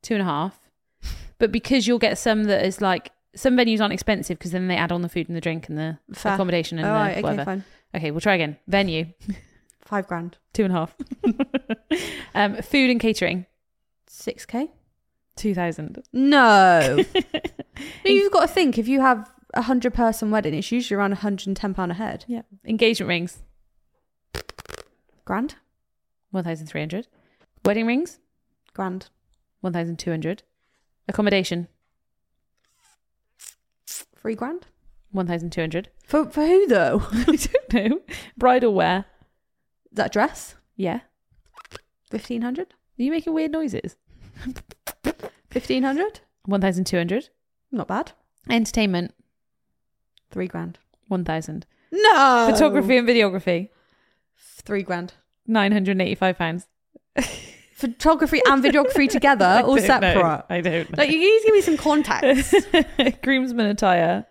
two and a half, but because you'll get some that is like some venues aren't expensive because then they add on the food and the drink and the
Fair.
accommodation and
All
the
right, okay,
whatever.
fine.
Okay, we'll try again. Venue,
Five grand.
two and a half. um, food and catering,
Six k.
two thousand.
No. No, you've got to think if you have a hundred person wedding, it's usually around hundred and ten pound a head.
Yeah. Engagement rings,
Grand,
one thousand three hundred. Wedding rings,
grand.
one thousand two hundred. Accommodation,
Three grand
one thousand two hundred.
for for who though?
no, bridal wear.
that dress
Yeah,
fifteen hundred.
are you making weird noises?
Fifteen hundred.
One thousand two hundred.
Not bad.
Entertainment,
Three grand.
one thousand.
No.
Photography and videography,
Three grand.
nine hundred and eighty-five pounds.
Photography and videography together or separate?
I don't
Like you can just give me some contacts.
Groomsman attire,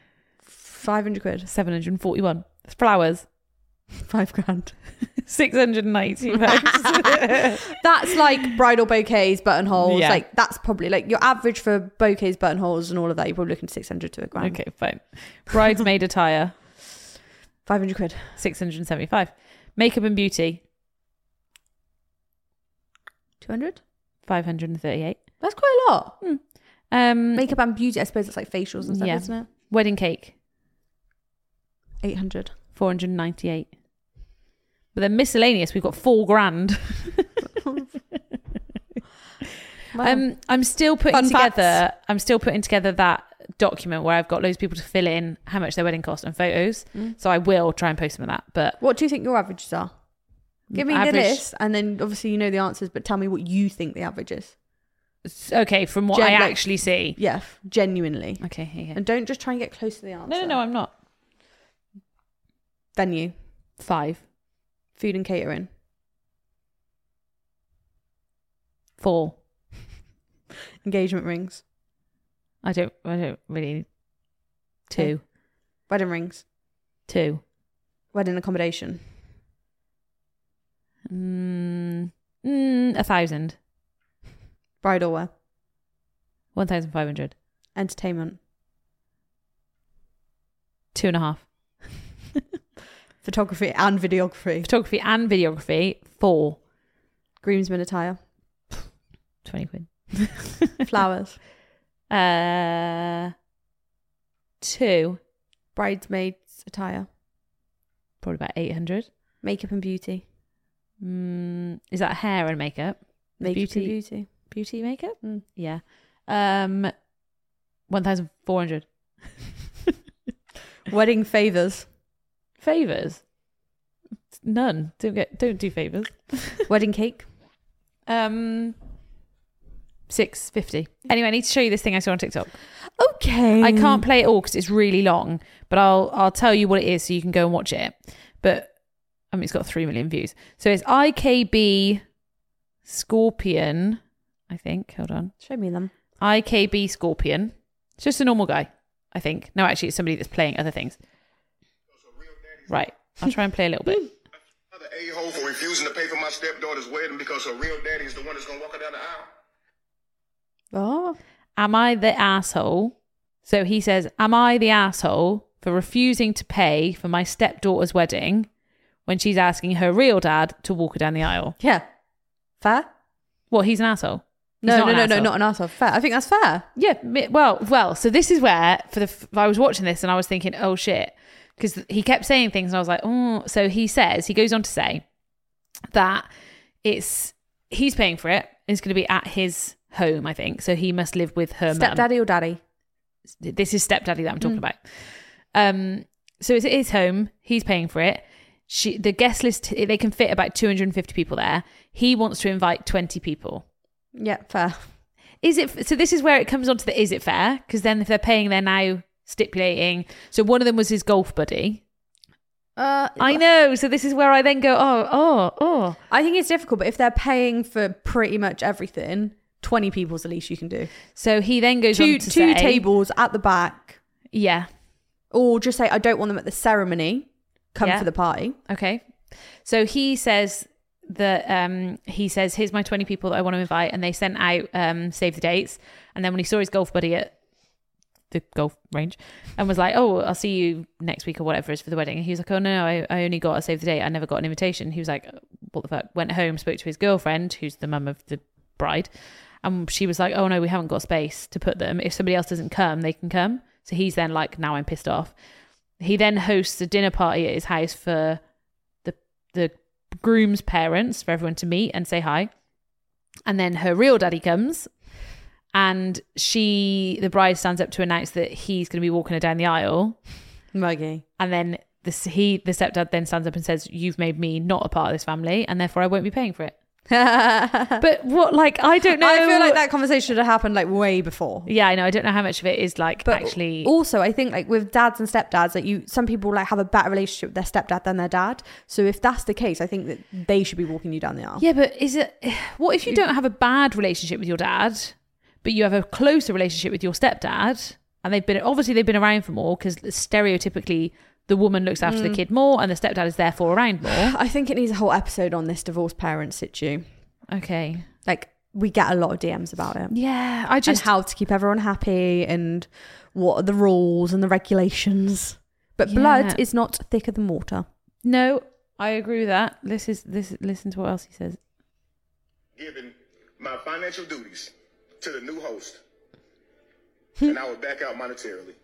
Five hundred quid.
seven hundred and forty-one. Flowers,
Five grand.
six hundred and ninety pounds.
That's like bridal bouquets, buttonholes.
Yeah.
Like that's probably like your average for bouquets, buttonholes, and all of that. You're probably looking six hundred to a grand.
okay, fine. Bridesmaid attire,
Five hundred quid.
six hundred and seventy-five. Makeup and beauty,
Two hundred.
five hundred and thirty-eight.
That's quite a lot.
Um,
Makeup and beauty, I suppose it's like facials and stuff,
Yeah.
isn't
wedding cake,
it? 800.
four hundred and ninety-eight. But then miscellaneous, we've got four grand. Um, I'm still putting
Fun facts.
together. I'm still putting together that document where I've got loads of people to fill in how much their wedding cost and photos.
mm.
So I will try and post some of that. But
What do you think your averages are? Give me
Average-
the list, and then obviously you know the answers, but tell me what you think the average is.
okay, from what
Gen-
I
like-
actually see.
Yeah, f- genuinely.
Okay, here, here.
And don't just try and get close to the answer.
No, no, no. I'm not
Then you.
five,
Food and catering.
four.
Engagement rings.
I don't. I don't really. Two,
Okay. Wedding rings.
two.
Wedding accommodation.
Mm, mm, a thousand.
Bridal wear.
One thousand five hundred.
Entertainment.
Two and a half.
Photography and videography.
Photography and videography. Four.
Groomsmen attire.
Twenty quid.
Flowers.
Uh, two.
Bridesmaids attire.
Probably about eight hundred.
Makeup and beauty.
Mm, is that hair and makeup?
Makeup
Beauty.
and beauty.
Beauty makeup?
Mm.
Yeah. Um, one thousand four hundred.
Wedding favors.
favors. None. Don't get. Don't do favors.
Wedding cake.
Um, six fifty. Anyway, I need to show you this thing I saw on TikTok.
Okay.
I can't play it all because it's really long, but I'll I'll tell you what it is so you can go and watch it. But I mean, it's got three million views. So it's IKB Scorpion. I think. Hold on.
Show me them.
IKB Scorpion. It's just a normal guy, I think. No, actually, it's somebody that's playing other things. Right. I'll try and play a little bit.
Another a-hole for refusing to pay for my stepdaughter's wedding because her real daddy is the one that's gonna walk her down the aisle.
Oh.
Am I the asshole? So he says, Am I the asshole for refusing to pay for my stepdaughter's wedding when she's asking her real dad to walk her down the aisle?
Yeah. Fair?
Well, he's an asshole. He's
No,
not
no,
an
no, no,
asshole.
not an asshole. Fair. I think that's fair.
Yeah, mi- well, well. So this is where for the f- I was watching this and I was thinking, oh shit, because he kept saying things and I was like, oh. So he says he goes on to say that it's he's paying for it. It's going to be at his home, I think. So he must live with her mum.
Stepdaddy or daddy?
This is stepdaddy that I'm talking about. Um, so it's at his home. He's paying for it. She, the guest list, they can fit about 250 people there. He wants to invite 20 people.
Yeah, fair.
Is it so? This is where it comes onto the is it fair? Because then if they're paying, they're now stipulating. So one of them was his golf buddy.
Uh,
I know. So this is where I then go, oh, oh, oh.
I think it's difficult, but if they're paying for pretty much everything, 20 people's the least you can do.
So he then goes
Two,
on to
two
say,
tables at the back,
Yeah.
or just say, I don't want them at the ceremony. Come
Yeah.
for the party.
Okay. So he says that um he says here's my 20 people that I want to invite and they sent out um save the dates and then when he saw his golf buddy at the golf range and was like oh I'll see you next week or whatever is for the wedding and he was like oh no I, I only got a save the date I never got an invitation he was like what the fuck went home spoke to his girlfriend who's the mum of the bride and she was like oh no we haven't got space to put them if somebody else doesn't come they can come so he's then like now I'm pissed off he then hosts a dinner party at his house for the the groom's parents for everyone to meet and say hi. And then her real daddy comes and she the bride stands up to announce that he's going to be walking her down the aisle
Muggy.
and then this he the stepdad then stands up and says you've made me not a part of this family and therefore I won't be paying for it.
but
But what like I don't know
I feel like that conversation should have happened like way before.
Yeah, I know. I don't know how much of it is like
But
actually
also, I think like with dads and stepdads, like you, some people like have a better relationship with their stepdad than their dad. So if that's the case, I think that they should be walking you down the aisle.
Yeah, but is it what if you don't have a bad relationship with your dad, but you have a closer relationship with your stepdad, and they've been obviously they've been around for more because stereotypically the woman looks after the kid more, and the stepdad is therefore around more.
I think it needs a whole episode on this divorced parent situ.
Okay,
Like we get a lot of DMs about it.
yeah, I
and
just
how to keep everyone happy and what are the rules and the regulations. But
Yeah.
blood is not thicker than water.
no, I agree with that. This is this listen to what else he says.
Giving my financial duties to the new host. and I would back out monetarily.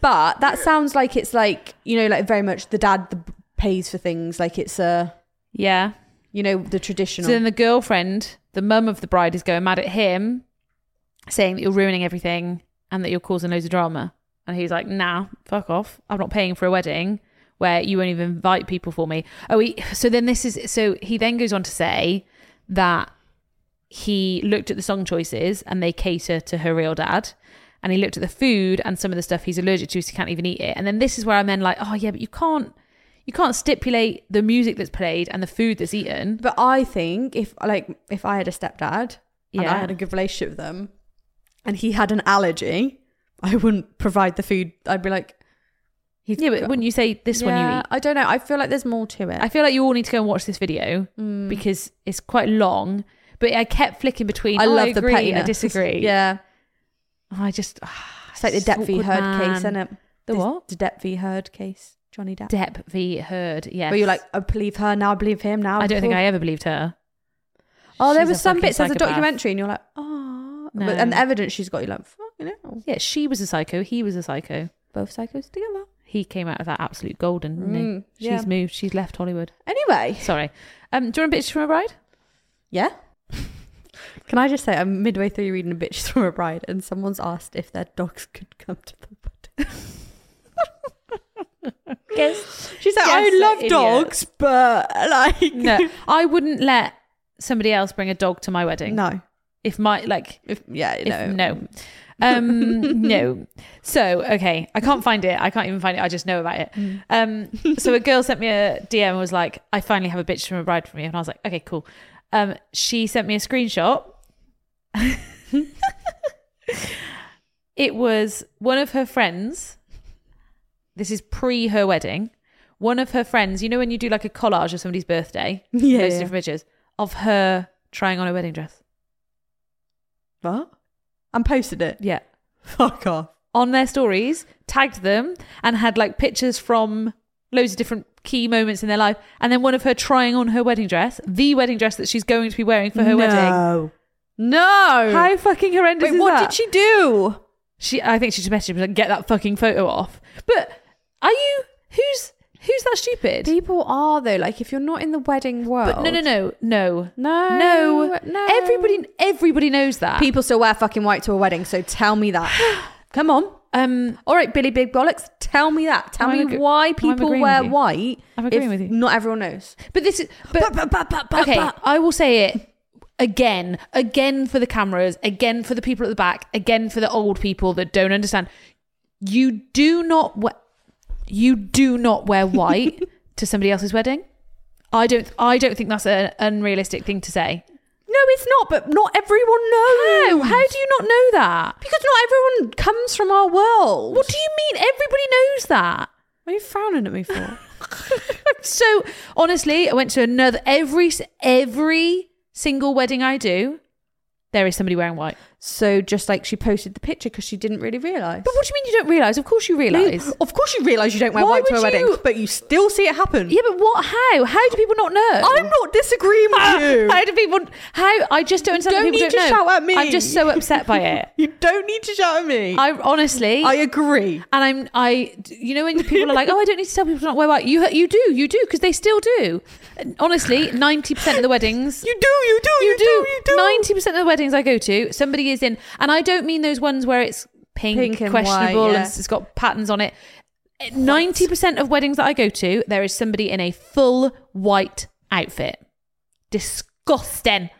But that sounds like it's like, you know, like very much the dad the, pays for things, like it's a,
Yeah,
you you know, the traditional.
So then the girlfriend, the mum of the bride, is going mad at him, saying that you're ruining everything and that you're causing loads of drama. And he's like, nah, fuck off. I'm not paying for a wedding where you won't even invite people for me. Oh, he, so then this is, so he then goes on to say that he looked at the song choices and they cater to her real dad. And he looked at the food and some of the stuff he's allergic to, so he can't even eat it. And then this is where I'm then like, oh yeah, but you can't, you can't stipulate the music that's played and the food that's eaten.
but I think if like if I had a stepdad and I
Yeah.
had a good relationship with them, and he had an allergy, I wouldn't provide the food. I'd be like,
yeah, but wouldn't you say this one you
"Yeah,
eat?
I don't know. I feel like there's more to it.
I feel like you all need to go and watch this video
Mm.
because it's quite long. But I kept flicking between.
I
"Oh,
love the
agree,
pettiness.
I disagree.
yeah,
Oh, I just
it's like the Depp v
Awkward
Heard
man.
case, isn't it?
The what?
The Depp v Heard case, Johnny Depp.
Depp v. Heard. Yes.
Where you're like, "Oh, I believe her now, I believe him now.
I don't think
before-
I ever believed her.
Oh, there
She's
was
a
some
fucking
bits as a
psychopath.
documentary, and you're like, oh,
No.
but, and the evidence she's got, you're like, fucking hell,
Yeah, she was a psycho. He was a psycho.
both psychos together.
He came out of that absolute golden. didn't he?
Mm,
She's
yeah.
moved. She's left Hollywood.
Anyway,
Sorry. Um, do you want a bitch from a bride?
yeah. Can I just say, I'm midway through reading a bitch from a bride, and someone's asked if their dogs could come to the wedding.
Yes.
She's like,
Yes,
I love
idiot.
dogs, but like,
No, I wouldn't let somebody else bring a dog to my wedding.
no,
If my like
if yeah,
If-
no,
no. Um, no. So, okay. I can't find it. I can't even find it. I just know about it.
Mm.
Um, so a girl sent me a DM and was like, I finally have a bitch from a bride from you. And I was like, okay, cool. Um, she sent me a screenshot. it was one of her friends. This is pre her wedding. One of her friends, you know, when you do like a collage of somebody's birthday,
Yeah,
loads
yeah.
of different pictures of her trying on a wedding dress.
What? And posted it.
Yeah.
Fuck off.
on their stories, tagged them, and had like pictures from loads of different key moments in their life. And then one of her trying on her wedding dress, the wedding dress that she's going to be wearing for her wedding.
No.
How fucking horrendous
Wait,
is
what
that?
did she do?
She, I think she just messaged me like, "Get that fucking photo off." But are you who's who's that stupid?
People are though. Like, if you're not in the wedding world,
but no, no, no, no,
No,
no,
no.
Everybody, everybody knows that.
people still wear fucking white to a wedding. So tell me that. Come on.
um,
All right, Billy Big Bollocks, tell me that. Tell
I'm
me
agree-
why
I'm
people
agreeing
wear
with you.
white.
I'm agreeing
if
with you.
Not everyone knows.
but this is but
But- but- but- but-
okay,
but-
I will say it again, again for the cameras, again for the people at the back, again for the old people that don't understand. You do not wear, you do not wear white to somebody else's wedding. I don't. I don't think that's an unrealistic thing to say.
No, it's not. But not everyone knows.
How do you not know that?
Because not everyone comes from our world.
What do you mean? Everybody knows that.
What are you frowning at me for?
So honestly, I went to another every every single wedding I do. There is somebody wearing white.
so just like she posted the picture because she didn't really realize.
But what do you mean you don't realise? Of course you realise.
Of course, you realise you don't wear
Why
white to a
would
wedding,
you-
but you still see it happen.
Yeah, but what? How? How do people not know?
I'm not disagreeing with you.
How do people? How? I just don't understand. that
Don't
people
need
don't
to
know.
shout at me.
I'm just so upset by it.
You don't need to shout at me. I,
I honestly.
agree.
and I'm I, you know, when people are like, "Oh, I don't need to tell people to not wear white," you you do, you do, because they still do. And honestly, ninety percent of the weddings,
You do, you do, you, do, you do.
ninety percent of the weddings I go to, somebody is in, and I don't mean those ones where it's pink,
Pink and white,
questionable,
yeah.
and it's got patterns on it. Eh, Ninety percent of weddings that I go to, there is somebody in a full white outfit. Disgusting.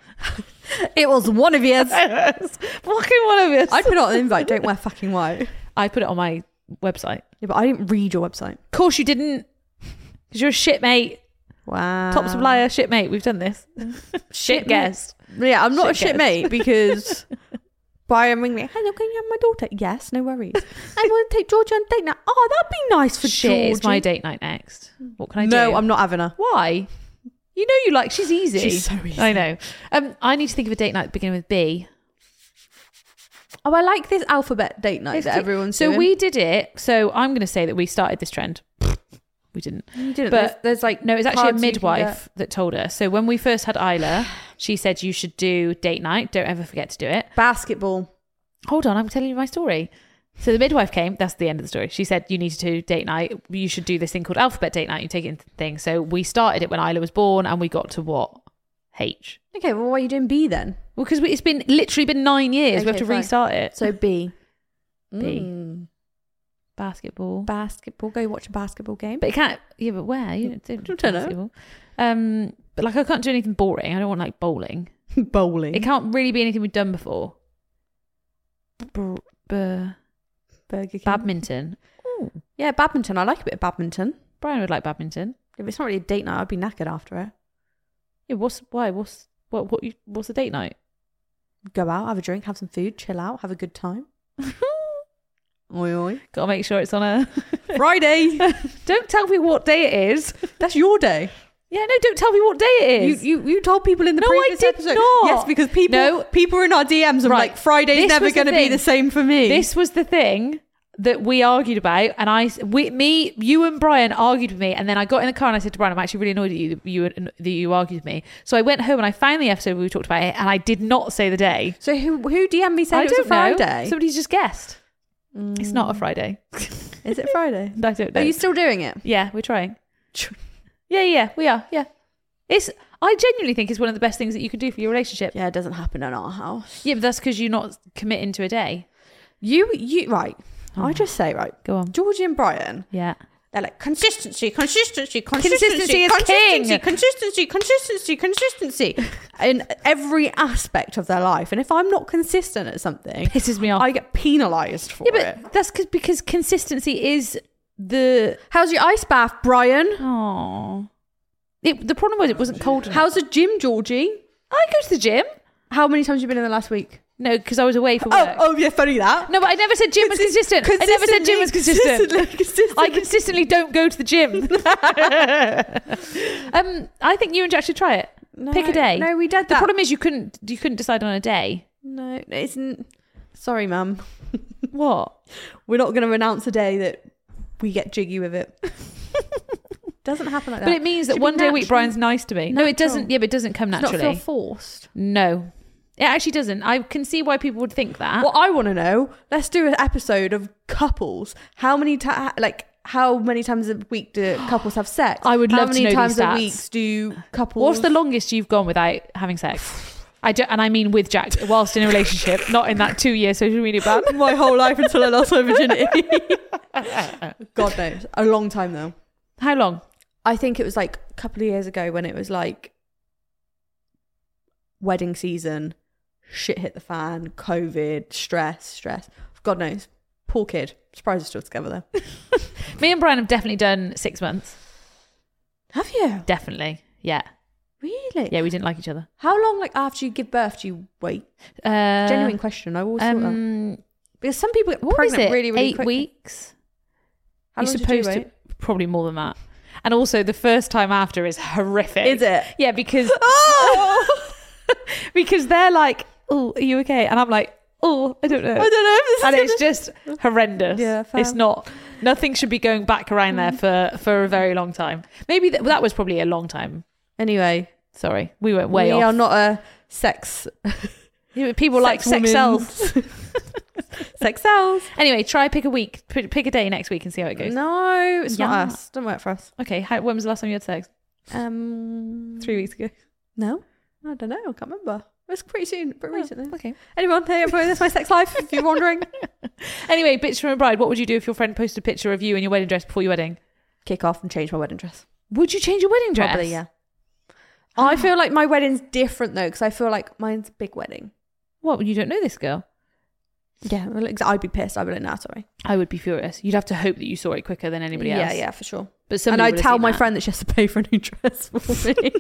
It was one of yours.
Fucking one of us.
I put out an invite. Don't wear fucking white.
I put it on my website.
Yeah, but I didn't read your website.
Of course you didn't, because you're a shitmate,
Wow.
top supplier, shitmate. We've done this.
Ah. Shit
Shit guest.
Yeah, I'm not
Shit
a shit mate because Brian ring me. Hello, can you have my daughter? Yes, no worries. I want to take Georgia on a date now. Oh, that'd be nice for
Shit
Georgia.
is my date night next. What can I do?
No, I'm not having her.
Why? You know you like she's easy.
She's so easy.
I know. Um, I need to think of a date night beginning with B.
Oh, I like this alphabet date night that everyone's
so
doing.
we did it. So I'm going to say that we started this trend. We didn't.
You didn't. there's,
but
there's like
No, it's actually a
cards you can get.
midwife that told us. So when we first had Isla, she said you should do date night. Don't ever forget to do it.
basketball.
Hold on, I'm telling you my story. So the midwife came. That's the end of the story. She said you need to do date night. You should do this thing called alphabet date night. You take it into the thing. So we started it when Isla was born, and we got to what H.
Okay, well, why are you doing B then?
Well, because it's been literally been nine years.
Okay,
we have to
fine.
restart it.
So B. Mm.
B. Basketball.
Basketball. Go watch a basketball game.
But it can't. Yeah, but where? You don't, don't,
Don't know.
basketball. Um, but like I can't do anything boring. I don't want like bowling.
Bowling.
It can't really be anything we've done before. Br- br-
Burger King.
badminton.
yeah, badminton. I like a bit of badminton.
Brian would like badminton.
If it's not really a date night, I'd be knackered after it.
Yeah. What's why? What's what? What? You, what's the date night?
Go out, have a drink, have some food, chill out, have a good time. Oi, oi.
Got to make sure it's on a.
Friday.
don't tell me what day it is.
That's your day.
Yeah. No. Don't tell me what day it
You,
is.
you you told people in the
No, I
previous
did
episode.
not.
Yes, because people
No.
people in our DMs are
Right.
like, Friday's
This
never
was the
going to be
thing.
the same for me.
This was the thing that we argued about, and I, we, me, you, and Brian argued with me, and then I got in the car and I said to Brian, "I'm actually really annoyed at you that you that you argued with me." So I went home and I found the episode where we talked about it, and I did not say the day.
so who who DM'd me saying
I
it was a
don't know.
Friday?
Somebody's just guessed. It's not a Friday.
Is it Friday?
I don't know.
Are you still doing it?
yeah, we're trying. Yeah, yeah, we are. Yeah, it's. I genuinely think it's one of the best things that you can do for your relationship. Yeah,
Yeah, it doesn't happen in our house.
but that's because you're not committing to a day.
You you right. I just say right.
Go on.
Georgie and Brian.
Yeah.
They're like consistency, consistency,
Consistency
consistency,
is
consistency,
king.
consistency, consistency, consistency, in every aspect of their life. And if I'm not consistent at something,
Pisses me off.
I get penalised for
Yeah,
it.
but that's cause, because consistency is the
How's your ice bath, Brian?
oh. It, the problem was it wasn't cold. enough.
How's the gym, Georgie?
I go to the gym?
How many times have you been in the last week?
No, because I was away for work.
oh, yeah, funny that.
No, but I never said gym was consistent. I never said gym was consistent.
Consistently, consistently.
I consistently don't go to the gym. um, I think you and Jack should try it. Pick a day.
No, we did that.
the problem is you couldn't you couldn't decide on a day.
no, it's n- sorry, mum.
What?
We're not going to announce a day that we get jiggy with it. Doesn't happen like that.
But it means that
Should be
one day a week
natural.
Brian's nice to me. No, it
Natural.
doesn't. Yeah, but it doesn't come
Does not
naturally.
feel forced.
no, it actually doesn't. I can see why people would think that.
What I want to know, let's do an episode of couples. How many times, like, how many times a week do couples have sex?
I would
how
love to
many
know these
times a
stats.
week do couples?
What's the longest you've gone without having sex? I do, and I mean with Jack, whilst in a relationship, not in that two-year social media ban.
my whole life until I lost my virginity. God knows, a long time though.
How long?
I think it was like a couple of years ago when it was like wedding season, shit hit the fan, COVID, stress, stress. God knows. Poor kid. Surprised we're still together though.
Me and Brian have definitely done six months.
Have you
Definitely, yeah,
really?
yeah. We didn't like each other.
How long, like after you give birth, do you wait?
Uh,
Genuine question. I always thought that
Um,
because some people get
what was
pregnant
it?
really, really
Eight
quick.
weeks.
How
You're
long did
supposed
you wait?
to probably more than that. And also, the first time after is horrific.
Is it?
Yeah, because
Oh,
because they're like, "Oh, are you okay?" And I'm like, "Oh, I don't
I
know."
don't know. If this
and
is
it's just horrendous.
Yeah, Mm. fair.
it's not. Nothing should be going back around there for for a very long time. Maybe th- that was probably a long time.
Anyway,
Sorry, we went way
we
off.
are not a sex
Yeah, but people like sex
woman.
cells.
sex cells.
anyway, try pick a week, p- pick a day next week, and see how it goes.
No, it's
Yeah.
not us. Don't work for us.
Okay, how, when was the last time you had sex?
Um,
Three weeks ago.
No, Oh, I don't know. I can't remember. It was pretty soon, pretty recently.
Okay.
Anyone? Hey, everybody, that's my sex life. If you're wondering,
Anyway, bitch from a bride. What would you do if your friend posted a picture of you in your wedding dress before your wedding?
kick off and change my wedding dress.
Would you change your wedding dress?
Probably, yeah. I feel like my wedding's different though, because I feel like mine's a big wedding.
What? You don't know this girl.
Yeah, well, like, I'd be pissed. I'd be like, nah, sorry.
I would be furious. You'd have to hope that you saw it quicker than anybody
yeah,
else.
yeah, for sure.
But
and
somebody
I'd
would have
tell
seen
my
that.
friend that she has to pay for a new dress for me.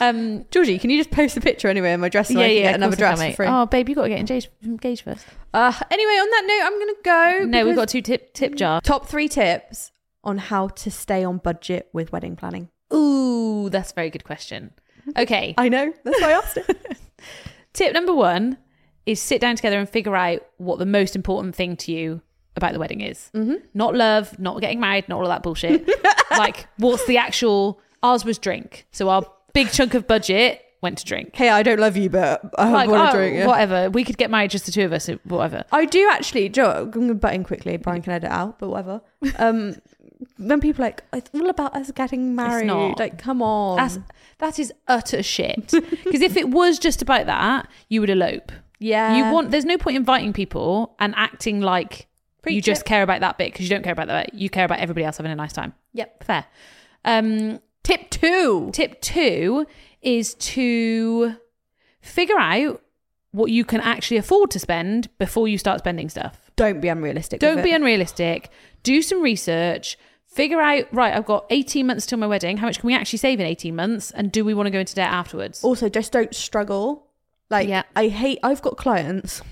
Um,
Georgie, can you just post a picture anyway of my dress so I can get
of
another
course I
dress
can,
for
mate.
free?
Oh, babe, you got to get engaged, engaged first.
Uh, anyway, on that note, I'm gonna go.
No, we've
because-
got Hmm? two tip tip jar.
top three tips on how to stay on budget with wedding planning.
Ooh, that's a very good question. Okay,
I know. That's why I asked it.
tip number one is sit down together and figure out what the most important thing to you about the wedding is. Mm-hmm. Not love, not getting married, not all of that bullshit. like, what's the actual? Ours was drink, so our big chunk of budget went to drink.
hey, I don't love you, but I
Like,
want
oh,
to drink. yeah.
whatever. We could get married just the two of us. Whatever.
I do actually. Joe, I'm going to butt in quickly. Brian can edit out, but whatever. Um, when people are like it's all about us getting married.
not.
Like, come on.
That's that is utter shit. Because if it was just about that, you would elope.
yeah.
You want there's no point inviting people and acting like you
Preach
just
it.
care about that bit because you don't care about that. bit. You care about everybody else having a nice time.
Yep.
Fair. Um,
Tip two.
tip two is to figure out what you can actually afford to spend before you start spending stuff.
Don't be unrealistic.
Don't
with
be
it.
unrealistic. Do some research. Figure out, right, I've got 18 months till my wedding. How much can we actually save in 18 months? And do we want to go into debt afterwards?
also just don't struggle. Like
Yeah.
I hate I've got clients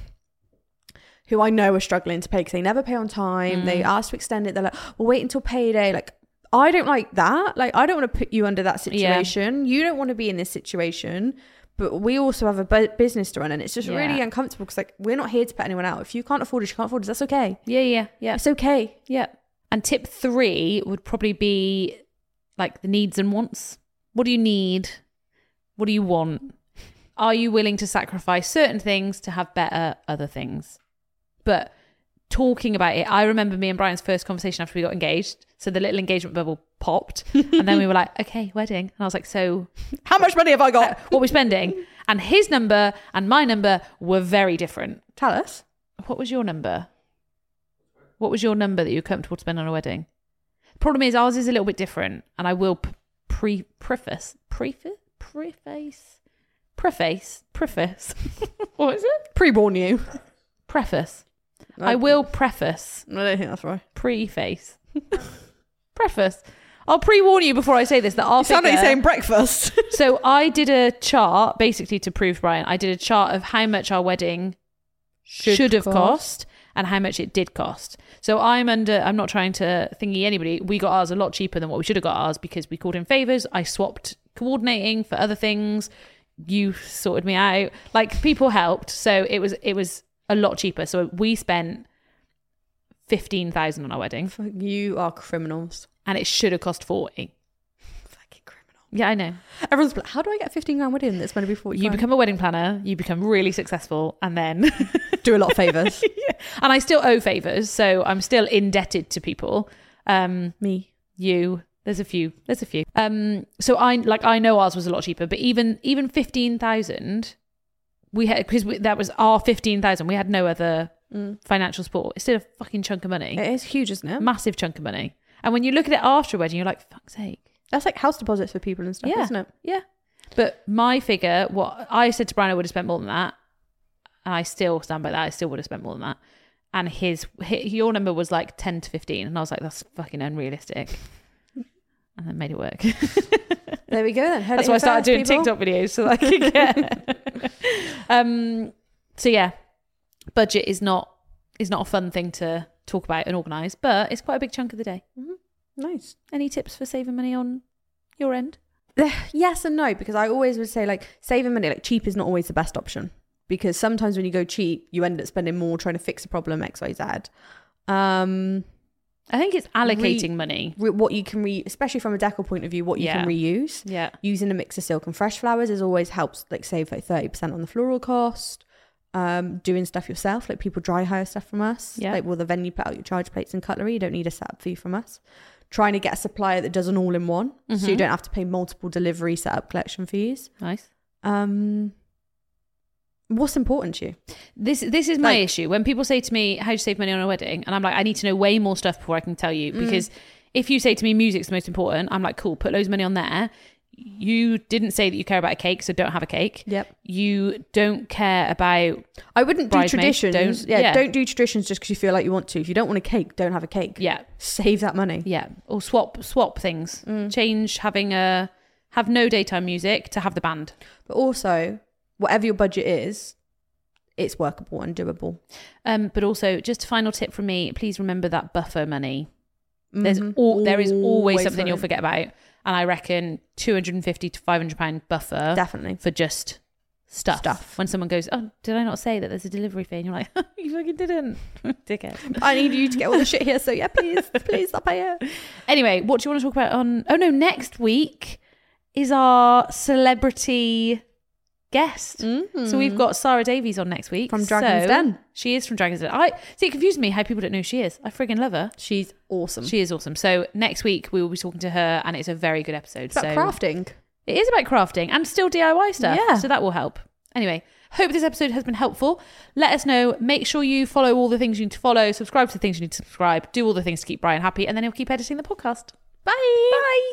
who I know are struggling to pay because they never pay on time. They
Mm.
ask to extend it. They're like, well, wait until payday. Like, I don't like that. Like, I don't want to put you under that
Yeah.
situation. You don't want to be in this situation. But we also have a bu- business to run, and it's just really
Yeah.
uncomfortable because like we're not here to put anyone out. If you can't afford it, you can't afford it. That's okay.
yeah, yeah, yeah.
It's okay.
Yeah. And tip three would probably be like the needs and wants. What do you need? What do you want? Are you willing to sacrifice certain things to have better other things? But talking about it, I remember me and Brian's first conversation after we got engaged. So the little engagement bubble popped. and then we were like, okay, wedding. And I was like, so
How much money have I got?
what are we spending? And his number and my number were very different.
Tell us.
What was your number? What was your number that you were comfortable to spend on a wedding? Problem is, ours is a little bit different, and I will p- pre preface preface preface preface preface. what is it?
Pre-warn you.
Preface. I will preface
I don't think that's right.
preface preface. I'll pre warn you before I say this that I'll
You sound like
figure-
you're saying breakfast.
so I did a chart basically to prove Brian. I did a chart of how much our wedding should, have cost. and how much it did cost. So I'm under. I'm not trying to thingy anybody. We got ours a lot cheaper than what we should have got ours because we called in favors. I swapped coordinating for other things. You sorted me out. Like people helped. So it was it was a lot cheaper. So we spent fifteen thousand on our wedding,
Fuck, you are criminals.
and it should have cost forty.
Fucking criminal.
Yeah, I know.
Everyone's like, how do I get 15 grand wedding that's going to be 40
You become a wedding planner. You become really successful, and then.
do a lot of favors.
and I still owe favors, so I'm still indebted to people. Um,
Me.
you, there's a few, there's a few. Um, so I like I know ours was a lot cheaper, but even even fifteen thousand, we had because that was our fifteen thousand. We had no other
Mm.
financial support. It's still a fucking chunk of money,
It is huge, isn't it?
massive chunk of money. And when you look at it after a wedding, you're like, fuck's sake.
That's like house deposits for people and stuff,
Yeah.
isn't it?
Yeah. But my figure, what I said to Brian, I would have spent more than that. And I still stand by that. I still would have spent more than that. And his, hi your number was like 10 to 15. And I was like, that's fucking unrealistic. and then made it work.
There we go then. Heard
that's
it
why I
here
started
first,
doing
people.
TikTok videos so that I could get. um, so yeah, budget is not is not a fun thing to talk about and organise, but it's quite a big chunk of the day.
Nice.
Any tips for saving money on your end?
Yes and no, because I always would say like saving money, like cheap is not always the best option. Because sometimes when you go cheap, you end up spending more trying to fix a problem, X, Y, Z. Um,
I think it's allocating money.
re- what you can re, especially from a decor point of view, what you
Yeah.
can reuse.
Yeah.
using a mix of silk and fresh flowers is always helps like save like 30% on the floral cost um doing stuff yourself like people dry hire stuff from us
Yeah.
like will the venue put out your charge plates and cutlery you don't need a setup fee from us trying to get a supplier that does an all-in-one so
Mm-hmm.
you don't have to pay multiple delivery setup collection fees
Nice.
um what's important to you
This this is my
Like-
issue. When people say to me, "How do you save money on a wedding?" and I'm like, "I need to know way more stuff before I can tell you." Because if you say to me, "Music's the most important," I'm like, "Cool, put loads of money on there." You didn't say that you care about a cake, so don't have a cake.
Yep.
You don't care about
i wouldn't do
Bridesmaids,
traditions
don't-
yeah,
yeah.
don't do traditions just because you feel like you want to if you don't want a cake don't have a cake
yeah,
save that money
yeah, or swap swap things. Change having a have no daytime music to have the band.
but also whatever your budget is it's workable and doable
Um, but also, just a final tip from me: please remember that buffer money. There's
Mm-hmm.
al- there is always
Always
something you'll
something.
forget about, and I reckon 250 to 500 pound buffer
Definitely.
for just stuff.
Stuff.
When someone goes, "Oh, did I not say that there's a delivery fee?" and you're like, "You fucking didn't, dickhead."
I need you to get all the shit here. So yeah, please, please stop here.
Anyway, what do you want to talk about on? Oh no, next week is our celebrity guest.
Mm-hmm.
So we've got Sarah Davies on next week.
Mm. From Dragon's Den.
She is from Dragon's Den. I see it confused me how people don't know who she is. I friggin' love her.
She's awesome.
She is awesome. So next week we will be talking to her and it's a very good episode.
It's about
so
crafting.
it is about crafting and still DIY stuff.
Yeah.
So that will help. Anyway, hope this episode has been helpful. Let us know. Make sure you follow all the things you need to follow, subscribe to the things you need to subscribe, do all the things to keep Brian happy, and then he'll keep editing the podcast. Bye. Bye.